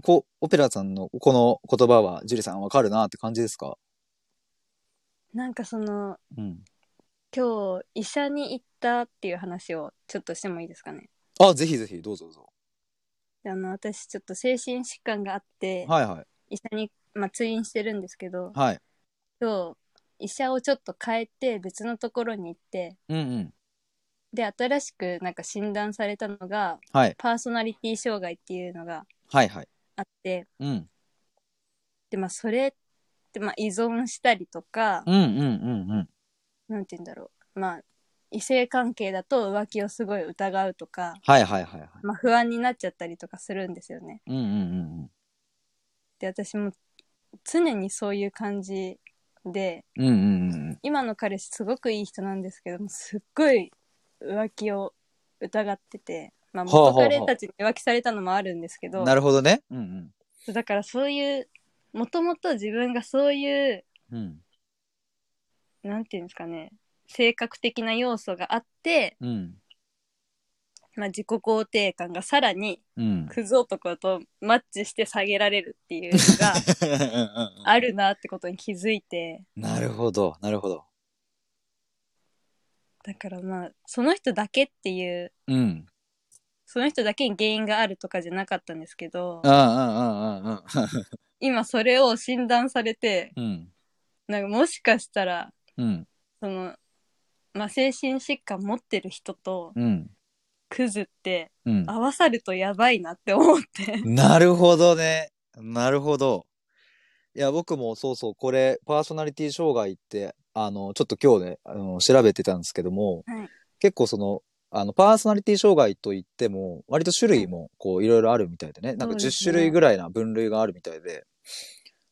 こう、オペラさんのこの言葉は、ジュリさんわかるなって感じですか
なんかその
うん。
今日医者に行ったっていう話をちょっとしてもいいですかね
あ、ぜひぜひ、どうぞどうぞ。
あの私ちょっと精神疾患があって、
はいはい。
医者に、まあ、通院してるんですけど
はい。
今日医者をちょっと変えて別のところに行って
うんうん。
で新しくなんか診断されたのが
はい。
パーソナリティ障害っていうのが
はいはい。
あって
うん。
で、まあ、それって、まあ、依存したりとか
うんうんうんうん。
なんて言うんだろうまあ異性関係だと浮気をすごい疑うとか、
はいはいはいはい。
まあ、不安になっちゃったりとかするんですよね。
うんうんうん
で私も常にそういう感じで
うん。うんうんうんうん。
今の彼氏すごくいい人なんですけどもすっごい浮気を疑ってて、まあ、
ほうほう
元
ほう
彼たちに浮気されたのもあるんですけど
なるほどね。うん
だからそういうもともと自分がそういう
うん。うん。
なんていうんですかね性格的な要素があって、
うん。
まあ、自己肯定感がさらに
うん。
クズ男とマッチして下げられるっていうのがあるなってことに気づいて。
なるほど、なるほど。
だからまあその人だけっていう
うん。
その人だけに原因があるとかじゃなかったんですけど
うんうんうんうん
今それを診断されて
うん。
なんかもしかしたら
うん。
その、まあ、精神疾患持ってる人と
うん。
クズって
うん。
合わさるとやばいなって思って
なるほどね。なるほど。いや、僕もそうそう、これ、パーソナリティ障害って、あの、ちょっと今日ね、あの、調べてたんですけども、
はい
結構その、あの、パーソナリティ障害といっても、割と種類も、こう、いろいろあるみたいでね、なんか
そうで
10
すね
種類ぐらいな分類があるみたいで、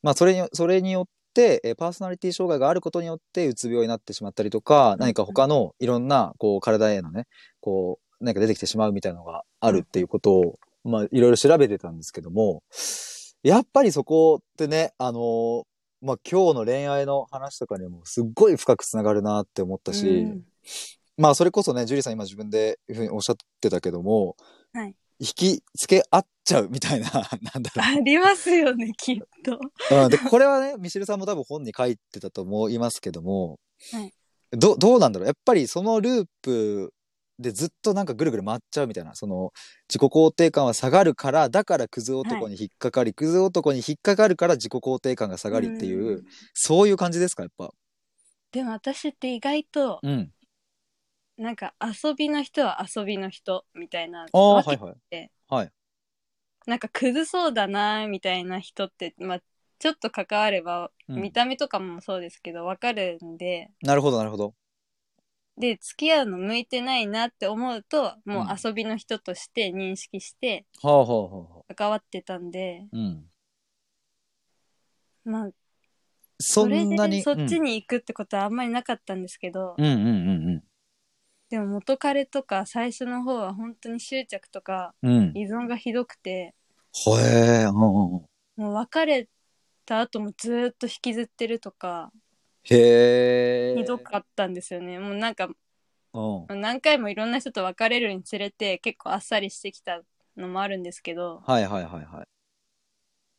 まあ、それに、それによって、えーパーソナリティ障害があることによって、うつ病になってしまったりとか、何か他のいろんな、こう、体へのね、こう、何か出てきてしまうみたいなのがあるっていうことを、まあ、いろいろ調べてたんですけども、やっぱりそこってね、あのーまあ、今日の恋愛の話とかにもすっごい深くつながるなって思ったし、
うん
まあ、それこそね、ジュリーさん今自分でいうふうにおっしゃってたけども、
はい
引き付け合っちゃうみたいな、 なんだろう
ありますよねきっと。
うん、で、これはね、ミシェルさんも多分本に書いてたと思いますけども、
はい
どどうなんだろうやっぱりそのループでずっとなんかぐるぐる回っちゃうみたいな、その自己肯定感は下がるから、だからクズ男に引っかかり、クズ男に引っかかるから自己肯定感が下がりっていう、
うん
そういう感じですか、やっぱ。
でも私って意外と
うん。
なんか遊びの人は遊びの人みたいな
ああ、
わ
は
け
いはい。
なんかクズそうだなみたいな人って、まあ、ちょっと関われば、
うん
見た目とかもそうですけどわかるんで
なるほど、なるほど。
で付き合うの向いてないなって思うともう
うん
遊びの人として認識して
はあはあはあはあ。
関わってたんで、
うん。
まあ
そ
そ
ん
れ
なに。
でそっち
うん
に行くってことはあんまりなかったんですけど、
うんうんうん
でも元彼とか最初の方は本当に執着とか
うん。うん。
依存がひどくて
ほえー、うんうんうん。
もう別れた後もずーっと引きずってるとか
へえ。
ひどかったんですよね。もうなんか
うん。
何回もいろんな人と別れるにつれて結構あっさりしてきたのもあるんですけど
はいはいはいは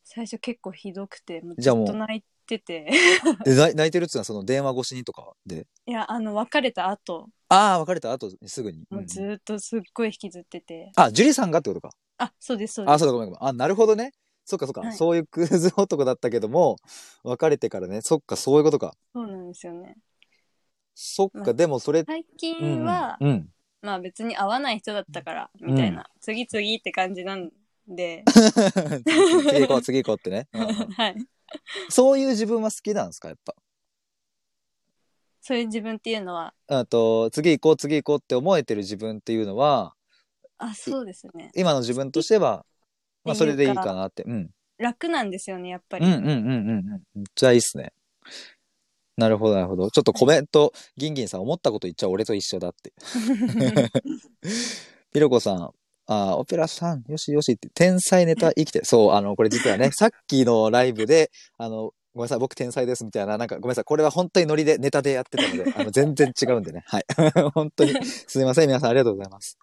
最初結構ひどくてもう
じ
ず
ゃ
っ
あもう
と泣いてて
い。で、泣泣いてるっていうのはその電話越しにとかで。
いやあの別れた後
ああ、別れた後にすぐに。
も
う
うんずっとすっごい引きずってて、
あ、ジュリーさんがってことか。
あそうですそうで
あ、そ
す
うだごめんごめん。あ、なるほどね。そっかそっか、
はい
そういうクズ男だったけども、別れてからね。そっか、そういうことか。
そうなんですよね
そっか、
まあ
でもそれ。うん
最
うん
近は、
うん
まあ別に会わない人だったからみたいな、次々って感じなん で
次行こう、次行こうって ね、うんうん
はい
そういう自分は好きなんですか、やっぱ。
そういう自分っていうのは
あと、次行こう、次行こうって思えてる自分っていうのは、
あそうですね
今の自分としては、まあ、それでいいかなって。うん。
楽なんですよねやっぱ
う
り、
んうんうんうんうん。めっちゃいいっすね。なるほど、なるほど。ちょっとコメント、ギンギンさん、思ったこと言っちゃ俺と一緒だって。ピロコさん、あーオペラさん、よしよしって、天才ネタ生きてる。そう、あの、これ実 はね、さっきのライブで、あの、ごめんなさい、僕天才ですみたいな、なんかごめんなさい、これは本当にノリでネタでやってたので、あの、全然違うんでね。はい。 本当に、すいません、皆さんありがとうございます。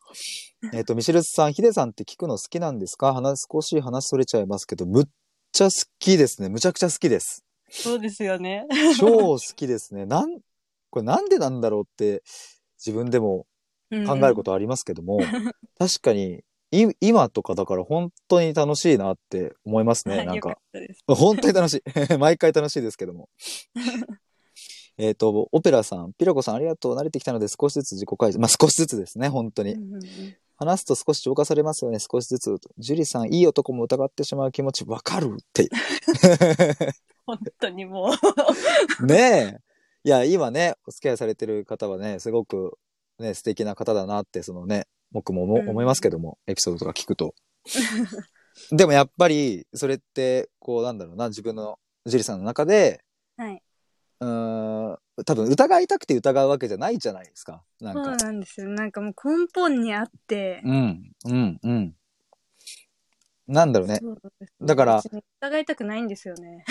えっ、と、ミシェルさん、ヒデさんって聞くの好きなんですか話、少し話それちゃいますけど、むっちゃ好きですね。むちゃくちゃ好きです。
そうですよね、
超好きですね。なん、これなんでなんだろうって自分でも考えることとありますけ ども、確かに、い今とかだから本当に楽しいなって思います
うん
ね、
は
ないん
よかっ
か。
たです
本当に楽しい。 毎回楽しいですけども。えっと、オペラさん、ピロコさんありがとう。慣れてきたので少しずつ自己解説。まあ少しずつですね、本当に。
うんうんうん
話すと少し浄化されますよね、少しずつ。ジュリさん、いい男も疑ってしまう気持ちわかるって。
本当にもう
ねえ。いや、今ね、お付き合いされてる方はね、すごく、ね、素敵な方だなって、そのね、僕も思
うん
思いますけども、エピソードとか聞くと。 でもやっぱり、それって、こう、なんだろうな、自分のジュリさんの中で、
はい。
うーん、多分疑いたくて疑うわけじゃないじゃないですか。なん
そう
か。
なんですよ。なんかもう根本にあって、
うん、うん、うん。なんだろうね。
そうなんです
だから、
私ね疑いたくないんですよね。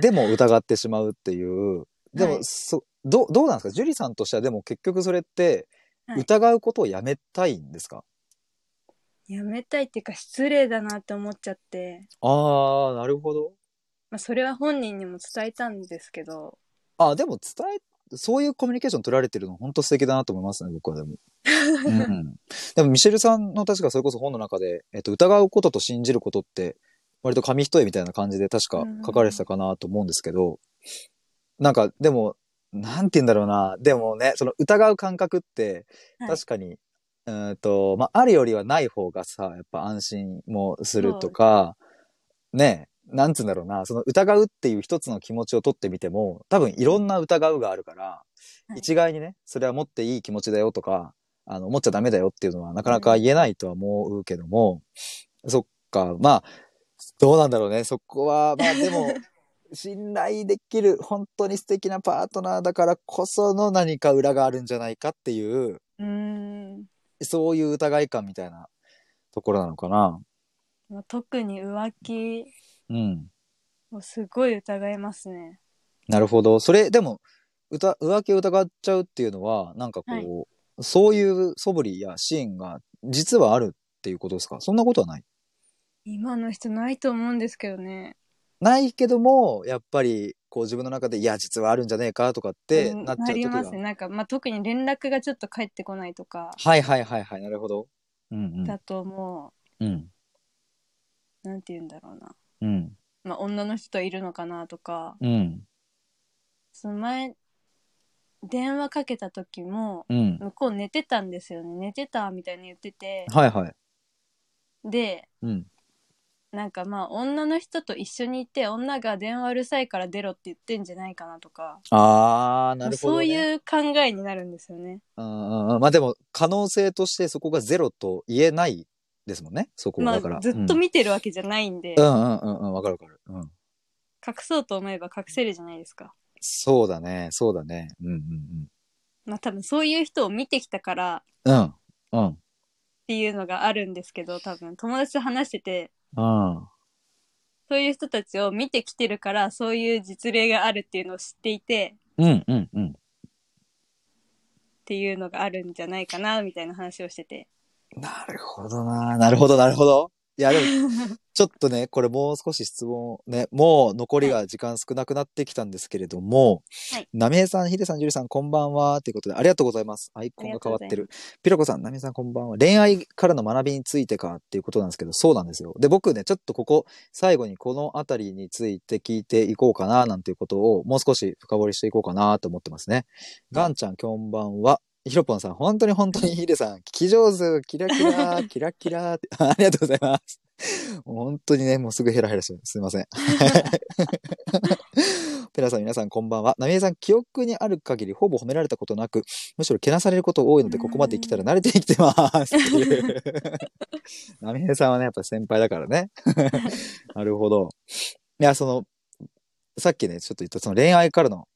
でも疑ってしまうっていう。でも、
はい
そどうどうなんですかジュリさんとしてはでも結局それって
はい
疑うことをやめたいんですか、
やめたいっていうか失礼だなって思っちゃって、
ああなるほど。
まあ、それは本人にも伝えたんですけど、
あでも伝えそういうコミュニケーション取られてるの本当素敵だなと思いますね僕はでも。うん、 でもミシェルさんの確かそれこそ本の中で、えっと、疑うことと信じることって割と紙一重みたいな感じで確か書かれてたかなと思うんですけど、なんかでもなんて言うんだろうなでもねその疑う感覚って
はい
確かに、うーんとまあ、あるよりはない方がさやっぱ安心もするとかねなんつうんだろうなその疑うっていう一つの気持ちを取ってみても多分いろんな疑うがあるから、
はい
一概にねそれは持っていい気持ちだよとかあの持っちゃダメだよっていうのはなかなか言えないとは思うけども、そっかまあどうなんだろうねそこはまあで も信頼できる本当に素敵なパートナーだからこその何か裏があるんじゃないかっていう
うーん、
そういう疑い感みたいなところなのかな。
まあ、特に浮気
うん。
をすごい疑いますね。
なるほど。それ、でも、うた浮気を疑っちゃうっていうのは、なんかこう、そういう素振りやシーンが実はあるっていうことですかそんなことはない
今の人ないと思うんですけどね。
ないけども、やっぱり、こう自分の中で、いや、実はあるんじゃねえかとかって
うん
なっちゃう時
り
が。
ますね。なんか、まあ、特に連絡がちょっと返ってこないとか、
はいはいはいはい、なるほど。うん
だとも
うん。うん。
う、なんて言うんだろうな。
うん。
まあ、女の人いるのかなとか、
うん。
その前、電話かけた時も、
うん。
向こう寝てたんですよね。寝てたみたいに言ってて、
はいはい。
で、
うん。
なんかまあ女の人と一緒にいて女が電話うるさいから出ろって言ってんじゃないかなとか
あー、なるほど、ね。
そういう考えになるんですよね。
うんうんうんまあでも可能性としてそこがゼロと言えないですもんねそこ
ま
だから、
あずっと見てるわけじゃないんで、
うん、う
隠
んうんうんうんわかるわかる、うん、
そうと思えば隠せるじゃないですか。
そうだねそうだねうん
まあ多分そういう人を見てきたからっ
うんうんうん
ていうのがあるんですけど多分友達と話してて
うんうん
そういう人たちを見てきてるからそういう実例があるっていうのを知っていて
うんうんうん
っていうのがあるんじゃないかなみたいな話をしてて。
なるほどななるほどなるほどいやで もちょっとねこれもう少し質問ねもう残りが時間少なくなってきたんですけれども、
はい
なみえさんひでさんじゅりさんこんばんはということでありがとうございますアイコンが変わってるピロコさん、ナミさんこんばんは。恋愛からの学びについてかっていうことなんですけど、そうなんですよ。で、僕ね、ちょっとここ、最後にこのあたりについて聞いていこうかな、なんていうことを、もう少し深掘りしていこうかなと思ってますね。ガンちゃん、こんばんは。ヒロポンさん、本当に本当にヒデさん、聞き上手、キラキラ、キラキラって、ありがとうございます。もう本当にね、もうすぐヘラヘラしてる、すいません。ペラさん、皆さん、こんばんは。ナミエさん、記憶にある限り、ほぼ褒められたことなく、むしろけなされること多いので、ここまで来たら慣れてきてます。っていうナミエさんはね、やっぱ先輩だからね。なるほど。いや、その、さっきね、ちょっと言った、その恋愛からの、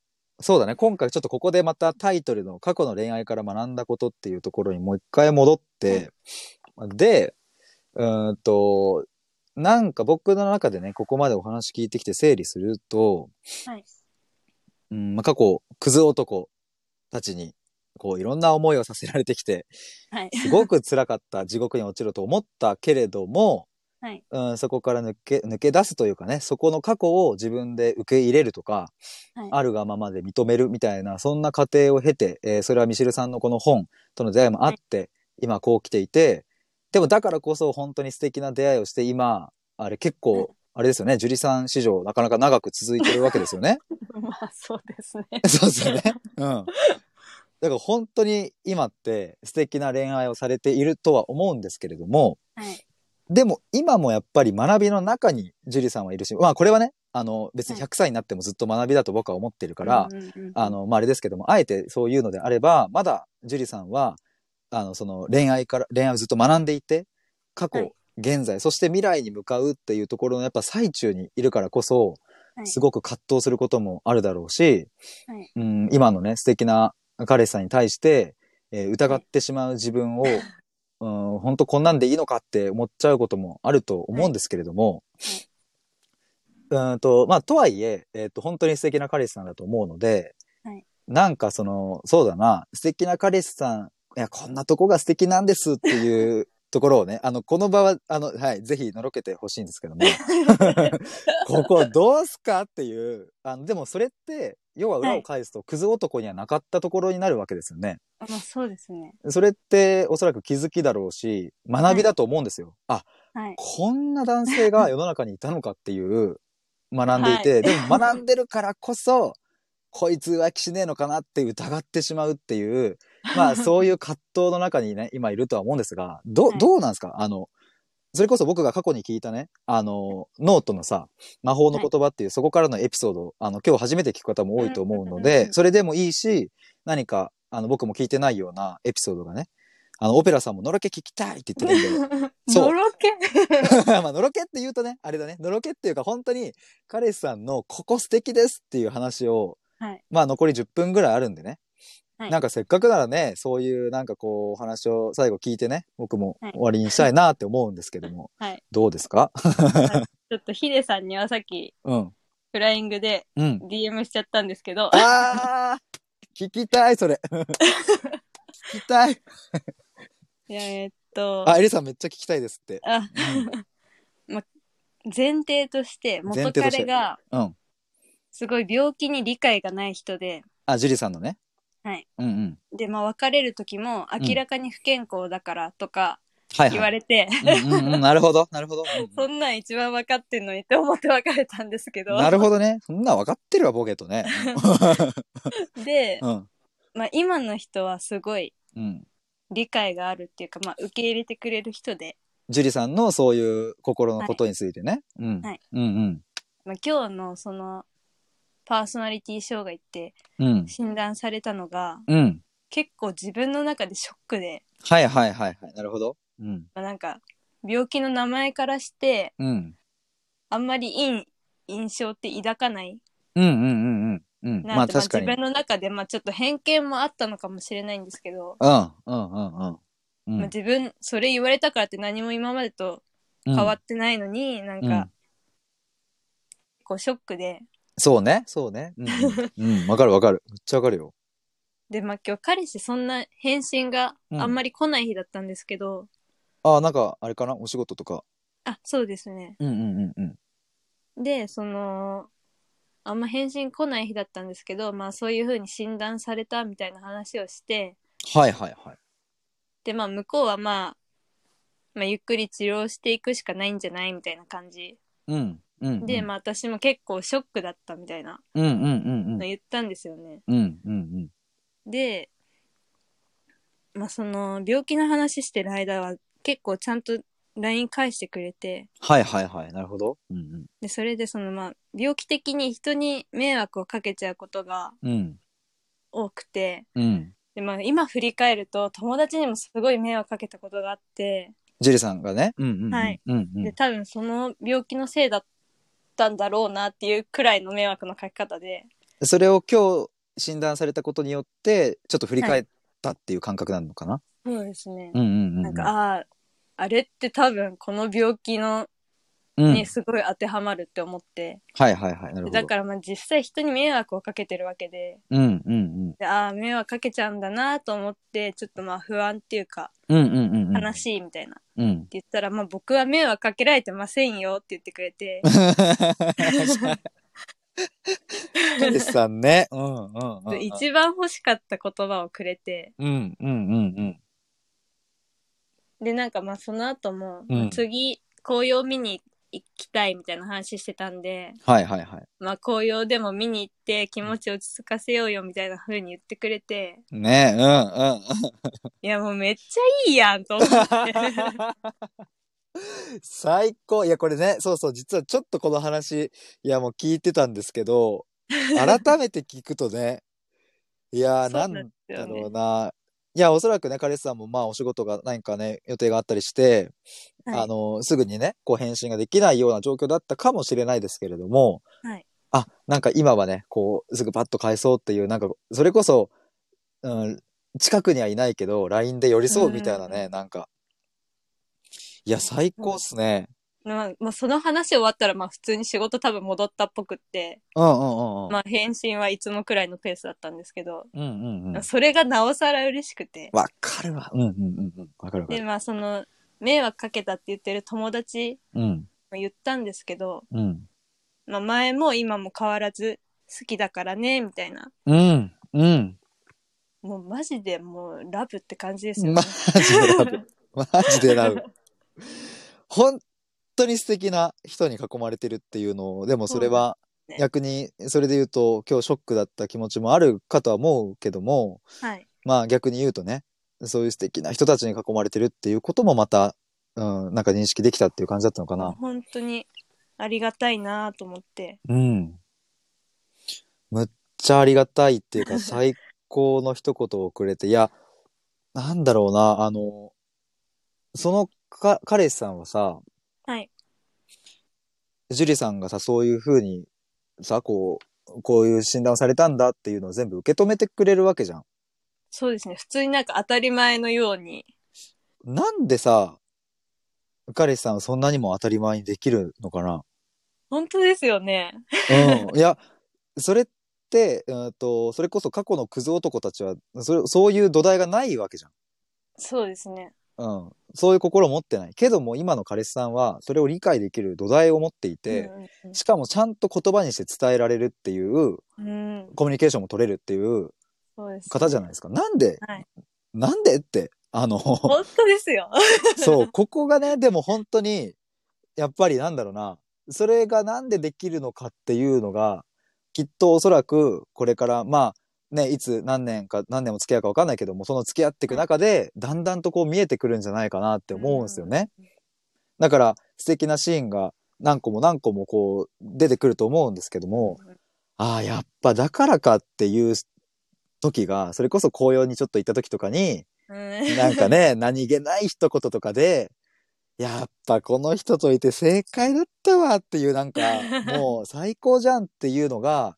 そうだね、今回ちょっとここでまたタイトルの過去の恋愛から学んだことっていうところにもう一回戻って、で、うーんと、なんか僕の中でね、ここまでお話聞いてきて整理すると、
はい
うんまあ、過去、クズ男たちに、こう、いろんな思いをさせられてきて、
はい
すごく辛かった、地獄に落ちると思ったけれども、
はい
うん、そこから抜け、抜け出すというかね、そこの過去を自分で受け入れるとか、
はい
あるがままで認めるみたいな、そんな過程を経て、えーそれはミシルさんのこの本との出会いもあって、今こう来ていて、でもだからこそ本当に素敵な出会いをして、今、あれ結
はい
構、あれですよね、樹里さん史上なかなか長く続いてるわけですよね。
まあそうですね。
そうですよね。うん。だから本当に今って素敵な恋愛をされているとは思うんですけれども、
はい
でも今もやっぱり学びの中に樹里さんはいるし、まあこれはね、あの別に100歳になってもずっと学びだと僕は思ってるから、
うんうんうん
あの、まあ、あれですけども、あえてそういうのであれば、まだ、樹里さんは、あの、その恋愛から、恋愛をずっと学んでいて、過去、
はい
現在、そして未来に向かうっていうところのやっぱ最中にいるからこそ、
はい
すごく葛藤することもあるだろうし、
はい
うん、今のね、素敵な彼氏さんに対して、えー疑ってしまう自分を、うん、本当こんなんでいいのかって思っちゃうこともあると思うんですけれども、うーんと、まあ、とはいえ、えっ、と、本当に素敵な彼氏さんだと思うので、
はい
なんかその、そうだな、素敵な彼氏さん、いや、こんなとこが素敵なんですっていうところをね、 あの、この場は、あの、はい、ぜひのろけてほしいんです けども、ここどうすかっていう、あの、でもそれって、要は裏を返すと、クズ男にはなかったところになるわけですよね。
あまあそうですね。
それって、おそらく気づきだろうし、学びだと思うんですよ。あ、
はい。
こんな男性が世の中にいたのかって いう学んでいて、
はい
でも学んでるからこそ、こいつ浮気しねえのかなって疑ってしまうっていう、 まあそういう葛藤の中にね、今いるとは思うんですが、ど、
はい
どうなんですかあの、それこそ僕が過去に聞いたね、あの、ノートのさ、魔法の言葉っていうそこからのエピソード、あの、今日初めて聞く方も多いと思うの
うんうんう
で、
ん
それでもいいし、何か、あの、僕も聞いてないようなエピソードがね、あの、オペラさんものろけ聞きたいって言ってるんで、 そう
のろけ
まあ、のろけって言うとね、あれだね、のろけっていうか、本当に、彼氏さんのここ素敵ですっていう話を、
はい
まあ、残り10分ぐらいあるんでね。
はい
なんかせっかくならね、そういうなんかこう、お話を最後聞いてね、僕も
はい
終わりにしたいなって思うんですけど も、
はい。
どうですか
ちょっとヒデさんにはさっき
うん。
フライングで
うん
DM しちゃったんですけど、
あー聞きたい、それ。聞き たい。
いやえっと、
あ、エリさんめっちゃ聞きたいですって。
あま、前提として
前
元
提として
彼が
うん。
すごい病気に理解がない人で、
あ、ジュリさんのね。
はい。
うんうん。
で、まあ、別れる時も明らかに不健康だからとか
はい、はい。
言われて、
うんうんうん、なるほど、なるほど。うんうん
そんなん一番分かってんのにって思って別れたんですけど
なるほどね。そんなん分かってるわ、ボケとね。
で、
うん。
まあ、今の人はすごい
うん。
理解があるっていうか、まあ、受け入れてくれる人で、
樹里さんのそういう心のことについてね。うん。
はい
うん
まあ、今日のそのパーソナリティ障害って
うん。うん。
診断されたのが
うん。
結構自分の中でショックで、
はいはいはいはい。なるほど。うん。
まあ、なんか病気の名前からして
うん。
あんまりいい印象って抱かない
うんうんうんうん。うん。
な
ま
ん
あ
て、まあ
確かに。う
自
ん
分の中で、まあ、ちょっと偏見もあったのかもしれないんですけど、
うんうんうん。うん
まあ、自分それ言われたからって何も今までと変わってないのに、なん
うんうん
かこうショックで
そうね。そうね。うんうん。うん。わかるわかる。めっちゃわかるよ。
で、まあ、今日彼氏そんな返信があんまり来ない日だったんですけど、
ああ、なんか、あれかなお仕事とか。
あそうですね
うんうんうんうん。
でそのあんま返信来ない日だったんですけど、まあ、そういうふうに診断されたみたいな話をして
はいはいはい。
で、まあ、向こうは、まあ、まあゆっくり治療していくしかないんじゃないみたいな感じ
うん。うん。
で、まあ、私も結構ショックだったみたいな
うんうんうん
の言ったんですよね。
うん。うんうんうん。
で、まあ、その病気の話してる間は結構ちゃんと LINE 返してくれて
はいはいはい。なるほど。うん
でそれでその、まあ、病気的に人に迷惑をかけちゃうことが
うん。うん。
多くて
うん。
で、まあ、今振り返ると友達にもすごい迷惑かけたことがあって
ジュリさんがね。うんうんうん。
はい。
うんうん
で。多分その病気のせいだったんだろうなっていうくらいの迷惑のかけ方で
それを今日診断されたことによって、ちょっと振り返ったっていう感覚なのかな、
そうですね
うんうんうん。
なんか、あああれって多分この病気の
うん、
にすごい当てはまるって思って、
はいはいはい。なるほど。
だからまあ実際人に迷惑をかけてるわけで
うんうん
でああ迷惑かけちゃうんだなと思ってちょっとまあ不安っていうか
うん。うんうんうんうん。
悲しいみたいな、って
うん。
言ったらまあ僕は迷惑かけられてませんよって言ってくれて
ジュリさんね。うんうんうんうん。
一番欲しかった言葉をくれて
うんうんうん
でなんかまあその後も、
うん
まあ次紅葉見に行きたいみたいな話してたんで、
はいはいはい。
まあ、紅葉でも見に行って気持ち落ち着かせようよみたいな風に言ってくれて
ねえ、うんうん。
いやもうめっちゃいいやんと 思って
最高いやこれねそうそう実はちょっとこの話いやもう聞いてたんですけど改めて聞くとねいやー
そ
な
うんなんです
だ
よ
ろ
ね
うないや、おそらくね、彼氏さんもまあお仕事が何かね、予定があったりして、
はい
あの、すぐにね、こう返信ができないような状況だったかもしれないですけれども、
はい
あ、なんか今はね、こう、すぐパッと返そうっていう、なんか、それこそ、うん、近くにはいないけど、LINE で寄り添うみたいなね、なんか、いや、最高っすね。
まあ、まあ、その話終わったら、まあ、普通に仕事多分戻ったっぽくって、
うんうんうんうん。
まあ、返信はいつもくらいのペースだったんですけど、
うんうんうん。
それがなおさら嬉しくて。
わかるわ。うんうんうんうん。わかるわか
で、
る。
まあ、その、迷惑かけたって言ってる友達
うん
も言ったんですけど、
うん。
まあ、前も今も変わらず好きだからね、みたいな。
うんうん。
もうマジでもうラブって感じですよね
マ。ジでラブ。マジでラブ。本当に素敵な人に囲まれてるっていうのを、でもそれは
そうですね
逆に、それで言うと今日ショックだった気持ちもあるかとは思うけども、
はい。
まあ逆に言うとね、そういう素敵な人たちに囲まれてるっていうこともまた、うん、なんか認識できたっていう感じだったのかな。
本当にありがたいなと思って。
うん。むっちゃありがたいっていう か、最高の一言をくれて、いや、なんだろうな、あの、そのか彼氏さんはさ、
はい。
ジュリさんがさ、そういう風にさ、こう、こういう診断をされたんだっていうのを全部受け止めてくれるわけじゃん。
そうですね。普通になんか当たり前のように。
なんでさ、彼氏さんはそんなにも当たり前にできるのかな
本当ですよね。
うん、いや、それって、うんと、それこそ過去のクズ男たちは、それそういう土台がないわけじゃん。
そうですね。
うん、そういう心を持ってない。けども、今の彼氏さんは、それを理解できる土台を持っていて、
うんうん
しかもちゃんと言葉にして伝えられるっていう、
うん、うん
コミュニケーションも取れるっていう
そうです、
方じゃないですか。なんで、
はい
なんでって、あの、
本当ですよ。
そう、ここがね、でも本当に、やっぱりなんだろうな、それがなんでできるのかっていうのが、きっとおそらくこれから、まあ、ね、いつ何年か何年も付き合うか分かんないけども、その付き合っていく中で、だんだんとこう見えてくるんじゃないかなって思うんですよね。だから、素敵なシーンが何個も何個もこう出てくると思うんですけども、ああ、やっぱだからかっていう時が、それこそ紅葉にちょっと行った時とかに、
うん。
なんかね、何気ない一言とかで、やっぱこの人といて正解だったわっていうなんか、もう最高じゃんっていうのが、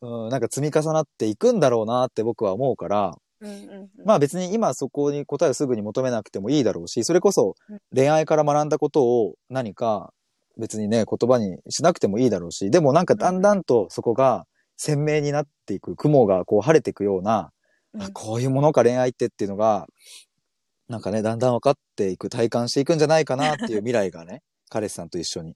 うん、なんか積み重なっていくんだろうなって僕は思うから、
うんうんうん
まあ別に今そこに答えをすぐに求めなくてもいいだろうし、それこそ恋愛から学んだことを何か別にね、言葉にしなくてもいいだろうし、でもなんかだんだんとそこが鮮明になっていく、雲がこう晴れていくような、
う
あ
ん
こういうものか恋愛ってっていうのが、なんかね、だんだん分かっていく、体感していくんじゃないかなっていう未来がね、 彼氏さんと一緒に。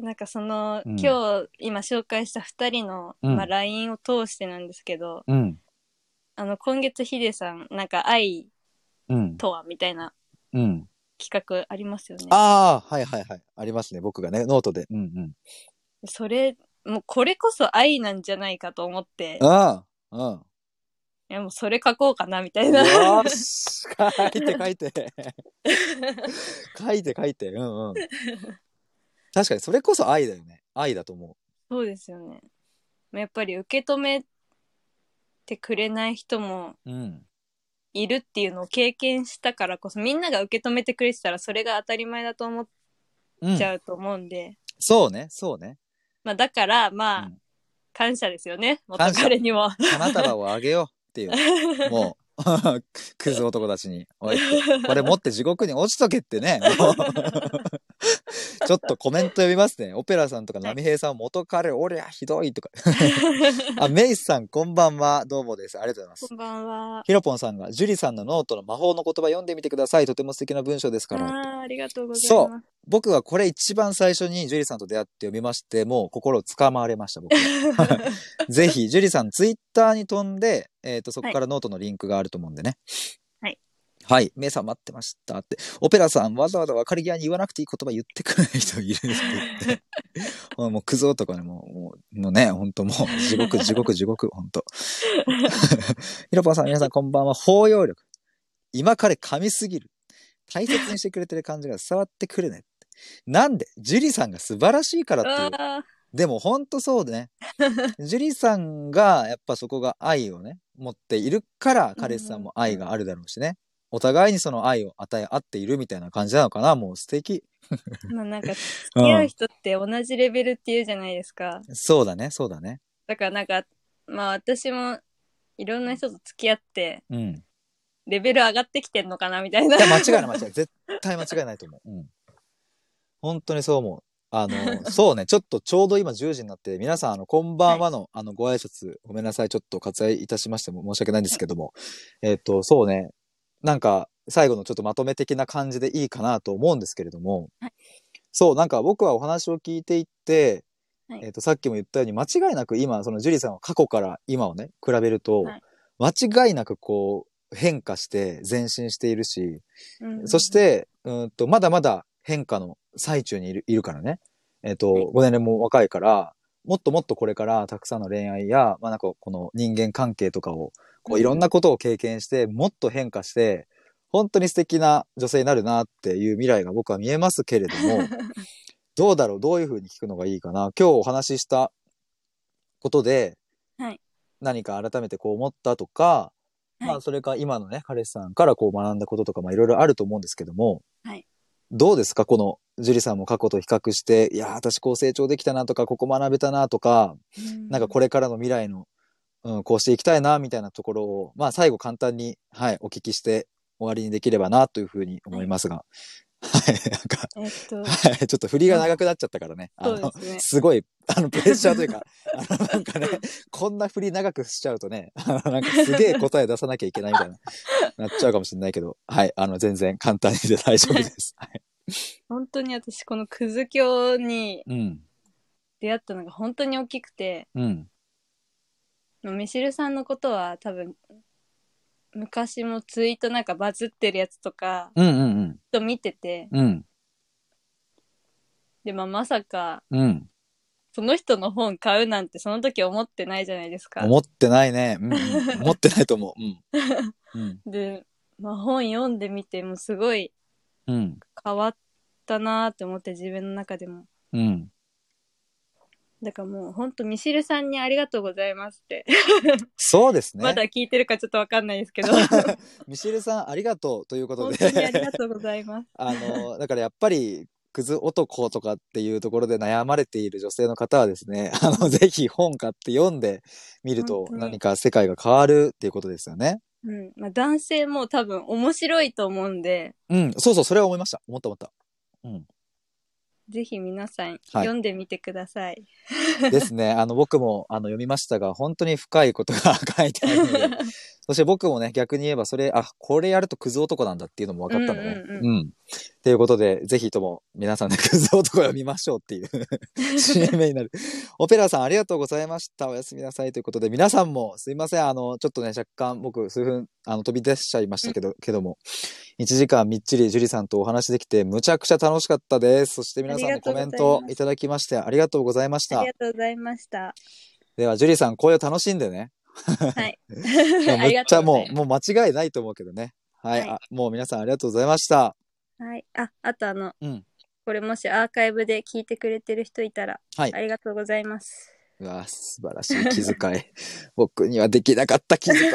なんかその、
うん
今日今紹介した2人の、
うん
まあ、LINE を通してなんですけど
うん。
あの今月ヒデさんなんか「愛
うん。
とは」みたいな
うん。
企画ありますよね。
ああ、はいはいはい。ありますね、僕がね、ノートで。うんうん。
それもうこれこそ愛なんじゃないかと思ってい
ああ、うん。
やもうそれ書こうかなみたい
よ
な。
ーし、書いて書い て。書いて書いて、うんうん。確かに、それこそ愛だよね。愛だと思う。
そうですよね。やっぱり受け止めてくれない人も
うん。
いるっていうのを経験したからこそみんなが受け止めてくれてたらそれが当たり前だと思っ
うん
ち、ゃうと思うんで、
そうね、そうね。
まあ、だからまあ、
うん
感謝ですよね元
感謝
彼にも。
花束をあげようって いう。もう、 クズ男たちに、おいって、これ持って地獄に落ちとけってね。もう ちょっとコメント読みますね。オペラさんとか波平さん、元彼、おりゃひどいとか。あ、メイスさん、こんばんは。どうもです。ありがとうございます
こ。んばんは。
ヒロポンさんが、ジュリさんのノートの魔法の言葉読んでみてください。とても素敵な文章です
あ
から。
ーありがとうございます。
そう僕はこれ一番最初にジュリさんと出会って読みまして、もう心をつかまわれました、僕は。 ぜひ、ジュリさん、ツイッターに飛んで、えっ、と、そこからノートのリンクがあると思うんでね。
はい。
はい。メイさん待ってましたって。オペラさん、わざわざ別れ際に言わなくていい言葉言ってくれない人いるって言 って。もう、もうクズ男ね、もう、もうもうね、本当もう、地獄、地獄、地獄、本 当ひろぽんさん、皆さん、こんばんは。包容力。今彼噛みすぎる。大切にしてくれてる感じが伝わってくるねって。なんで、ジュリさんが素晴らしいからっていう。
あー
でもほんとそうね。ジュリさんがやっぱそこが愛をね、持っているから彼氏さんも愛があるだろうしね、お互いにその愛を与え合っているみたいな感じなのかなもう素敵、
まあなんか、付
う、
き合うん人って同じレベルっていうじゃないですか。
そうだねそうだね
だからなんか、まあ私もいろんな人と付き合って、
うんい
レベル上がってきてんのかなみたいな。
や間違いない間違いない絶対間違いないと思う、うん、本当にそう思うあ のそうねちょっとちょうど今10時になって皆さんあのこんばんはの,、あのご挨拶ごめんなさいちょっと割愛いたしましても申し訳ないんですけども、えっ、とそうねなんか最後のちょっとまとめ的な感じでいいかなと思うんですけれども、そう、なんか僕はお話を聞いていって、
はい
えっ、と、さっきも言ったように、間違いなく今、そのジュリーさんは過去から今をね、比べると、
はい
間違いなくこう、変化して前進しているし、
うん
そし、て、うーんと、まだまだ変化の最中にいるいるからね、えっ、と、
はい
ご年齢も若いから、もっともっとこれからたくさんの恋愛や、まあなんかこの人間関係とかを、こ
う
うんいろんなことを経験して、もっと変化して、本当に素敵な女性になるなっていう未来が僕は見えますけれど も、どうだろうどういうふうに聞くのがいいかな今日お話ししたことで、
はい
何か改めてこう思ったとか、
はい
まあそれか今のね彼氏さんからこう学んだこととかまあいろいろあると思うんですけども、
はい
どうですかこの樹里さんも過去と比較していやー私こう成長できたなとかここ学べたなとかなんかこ
れ、
れからの未来の、うん、こうしていきたいなみたいなところをまあ最後簡単に、はい、お聞きして終わりにできればなというふうに思いますが。はい、なんか
えっと、
はいちょっと振りが長くなっちゃったからね。あ
そう
の
ですね。
すごい、あの、プレッシャーというか、あの、なんかね、こんな振り長くしちゃうとね、 あのなんかすげえ答え出さなきゃいけないみたいな、なっちゃうかもしれないけど、はい、あの、全然簡単にで大丈夫です。はい。
本当に私、このクズ教に
うん。
出会ったのが本当に大きくて、
うん。
ミシルさんのことは多分、昔もツイートなんかバズってるやつとか、
うんうん
と見てて、
うん。うん。
で、まあまさか、
うん。
その人の本買うなんてその時思ってないじゃないですか。
思ってないね。うん、 うん。思ってないと思う。うん。うん。
で、まあ、本読んでみてもすごい
うん。
変わったなーって思って自分の中でも。
うん。
だからもうほんとミシルさんにありがとうございますって。
そうですね。
まだ聞いてるかちょっとわかんないですけ ど。
ミシェルさん、ありがとうということ
本
で。
当にありがとうございます。
あの、だからやっぱり、クズ男とかっていうところで悩まれている女性の方はです ね、あの、ぜひ本買って読んでみると
本当に
何か世界が変わるっていうことですよね。
うん。まあ、男性も多分面白いと思うんで、
うん、そうそう、それは思いました。思った思った。うん。
ぜひ皆さん読んでみてください。
ですね。あの、僕もあの読みましたが、本当に深いことが書いてあるの で、そして僕もね、逆に言えばそれ、あ、これやるとクズ男なんだっていうのも分かったので、
うんうん
うん。ということで、ぜひとも皆さんでクズ男を読みましょうっていう 締めになる。オペラさんありがとうございました。おやすみなさいということで、皆さんもすいません。あの、ちょっとね、若干僕数分、あの、飛び出しちゃいましたけど、けども、1時間みっちりジュリさんとお話できて、むちゃくちゃ楽しかったです。そして皆さんのコメントいただきまして、ありがとうございまし
あ
た
り。がとうございま した。
では、ジュリさん、紅葉楽しんで ね。
はい。
も う
あ
め
り
っ
が
ちゃ
とうござ
も、
いうま
もう間違いないと思うけどね。はい、
はい
あ。もう皆さんありがとうございました。
す。はい。あ、あとあの、
うん
これもしアーカイブで聞いてくれてる人いたら、
はい
ありがとうございます。
うわあ、素晴らしい気 遣い。僕にはできなかった気 遣い。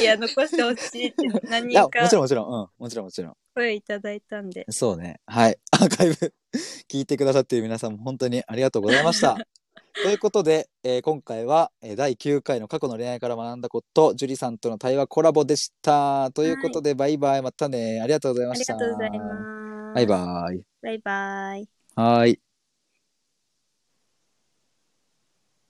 いや、残してほしいって 何
いや、
人
も
か
ちろんもちろん。うん。もちろんもちろん。
声いただいたんで。
そうね。はい。 アーカイブ聞いてくださっている皆さんも本当にありがとうございま した。ということで、えー今回は、えー第9回の過去の恋愛から学んだこと、樹里さんとの対話コラボでした。ということで、バイバイ。またね。ありがとうござい
あ
ま
り
した。
がとうございます。
バイバイ。
バイバイ。
はーい。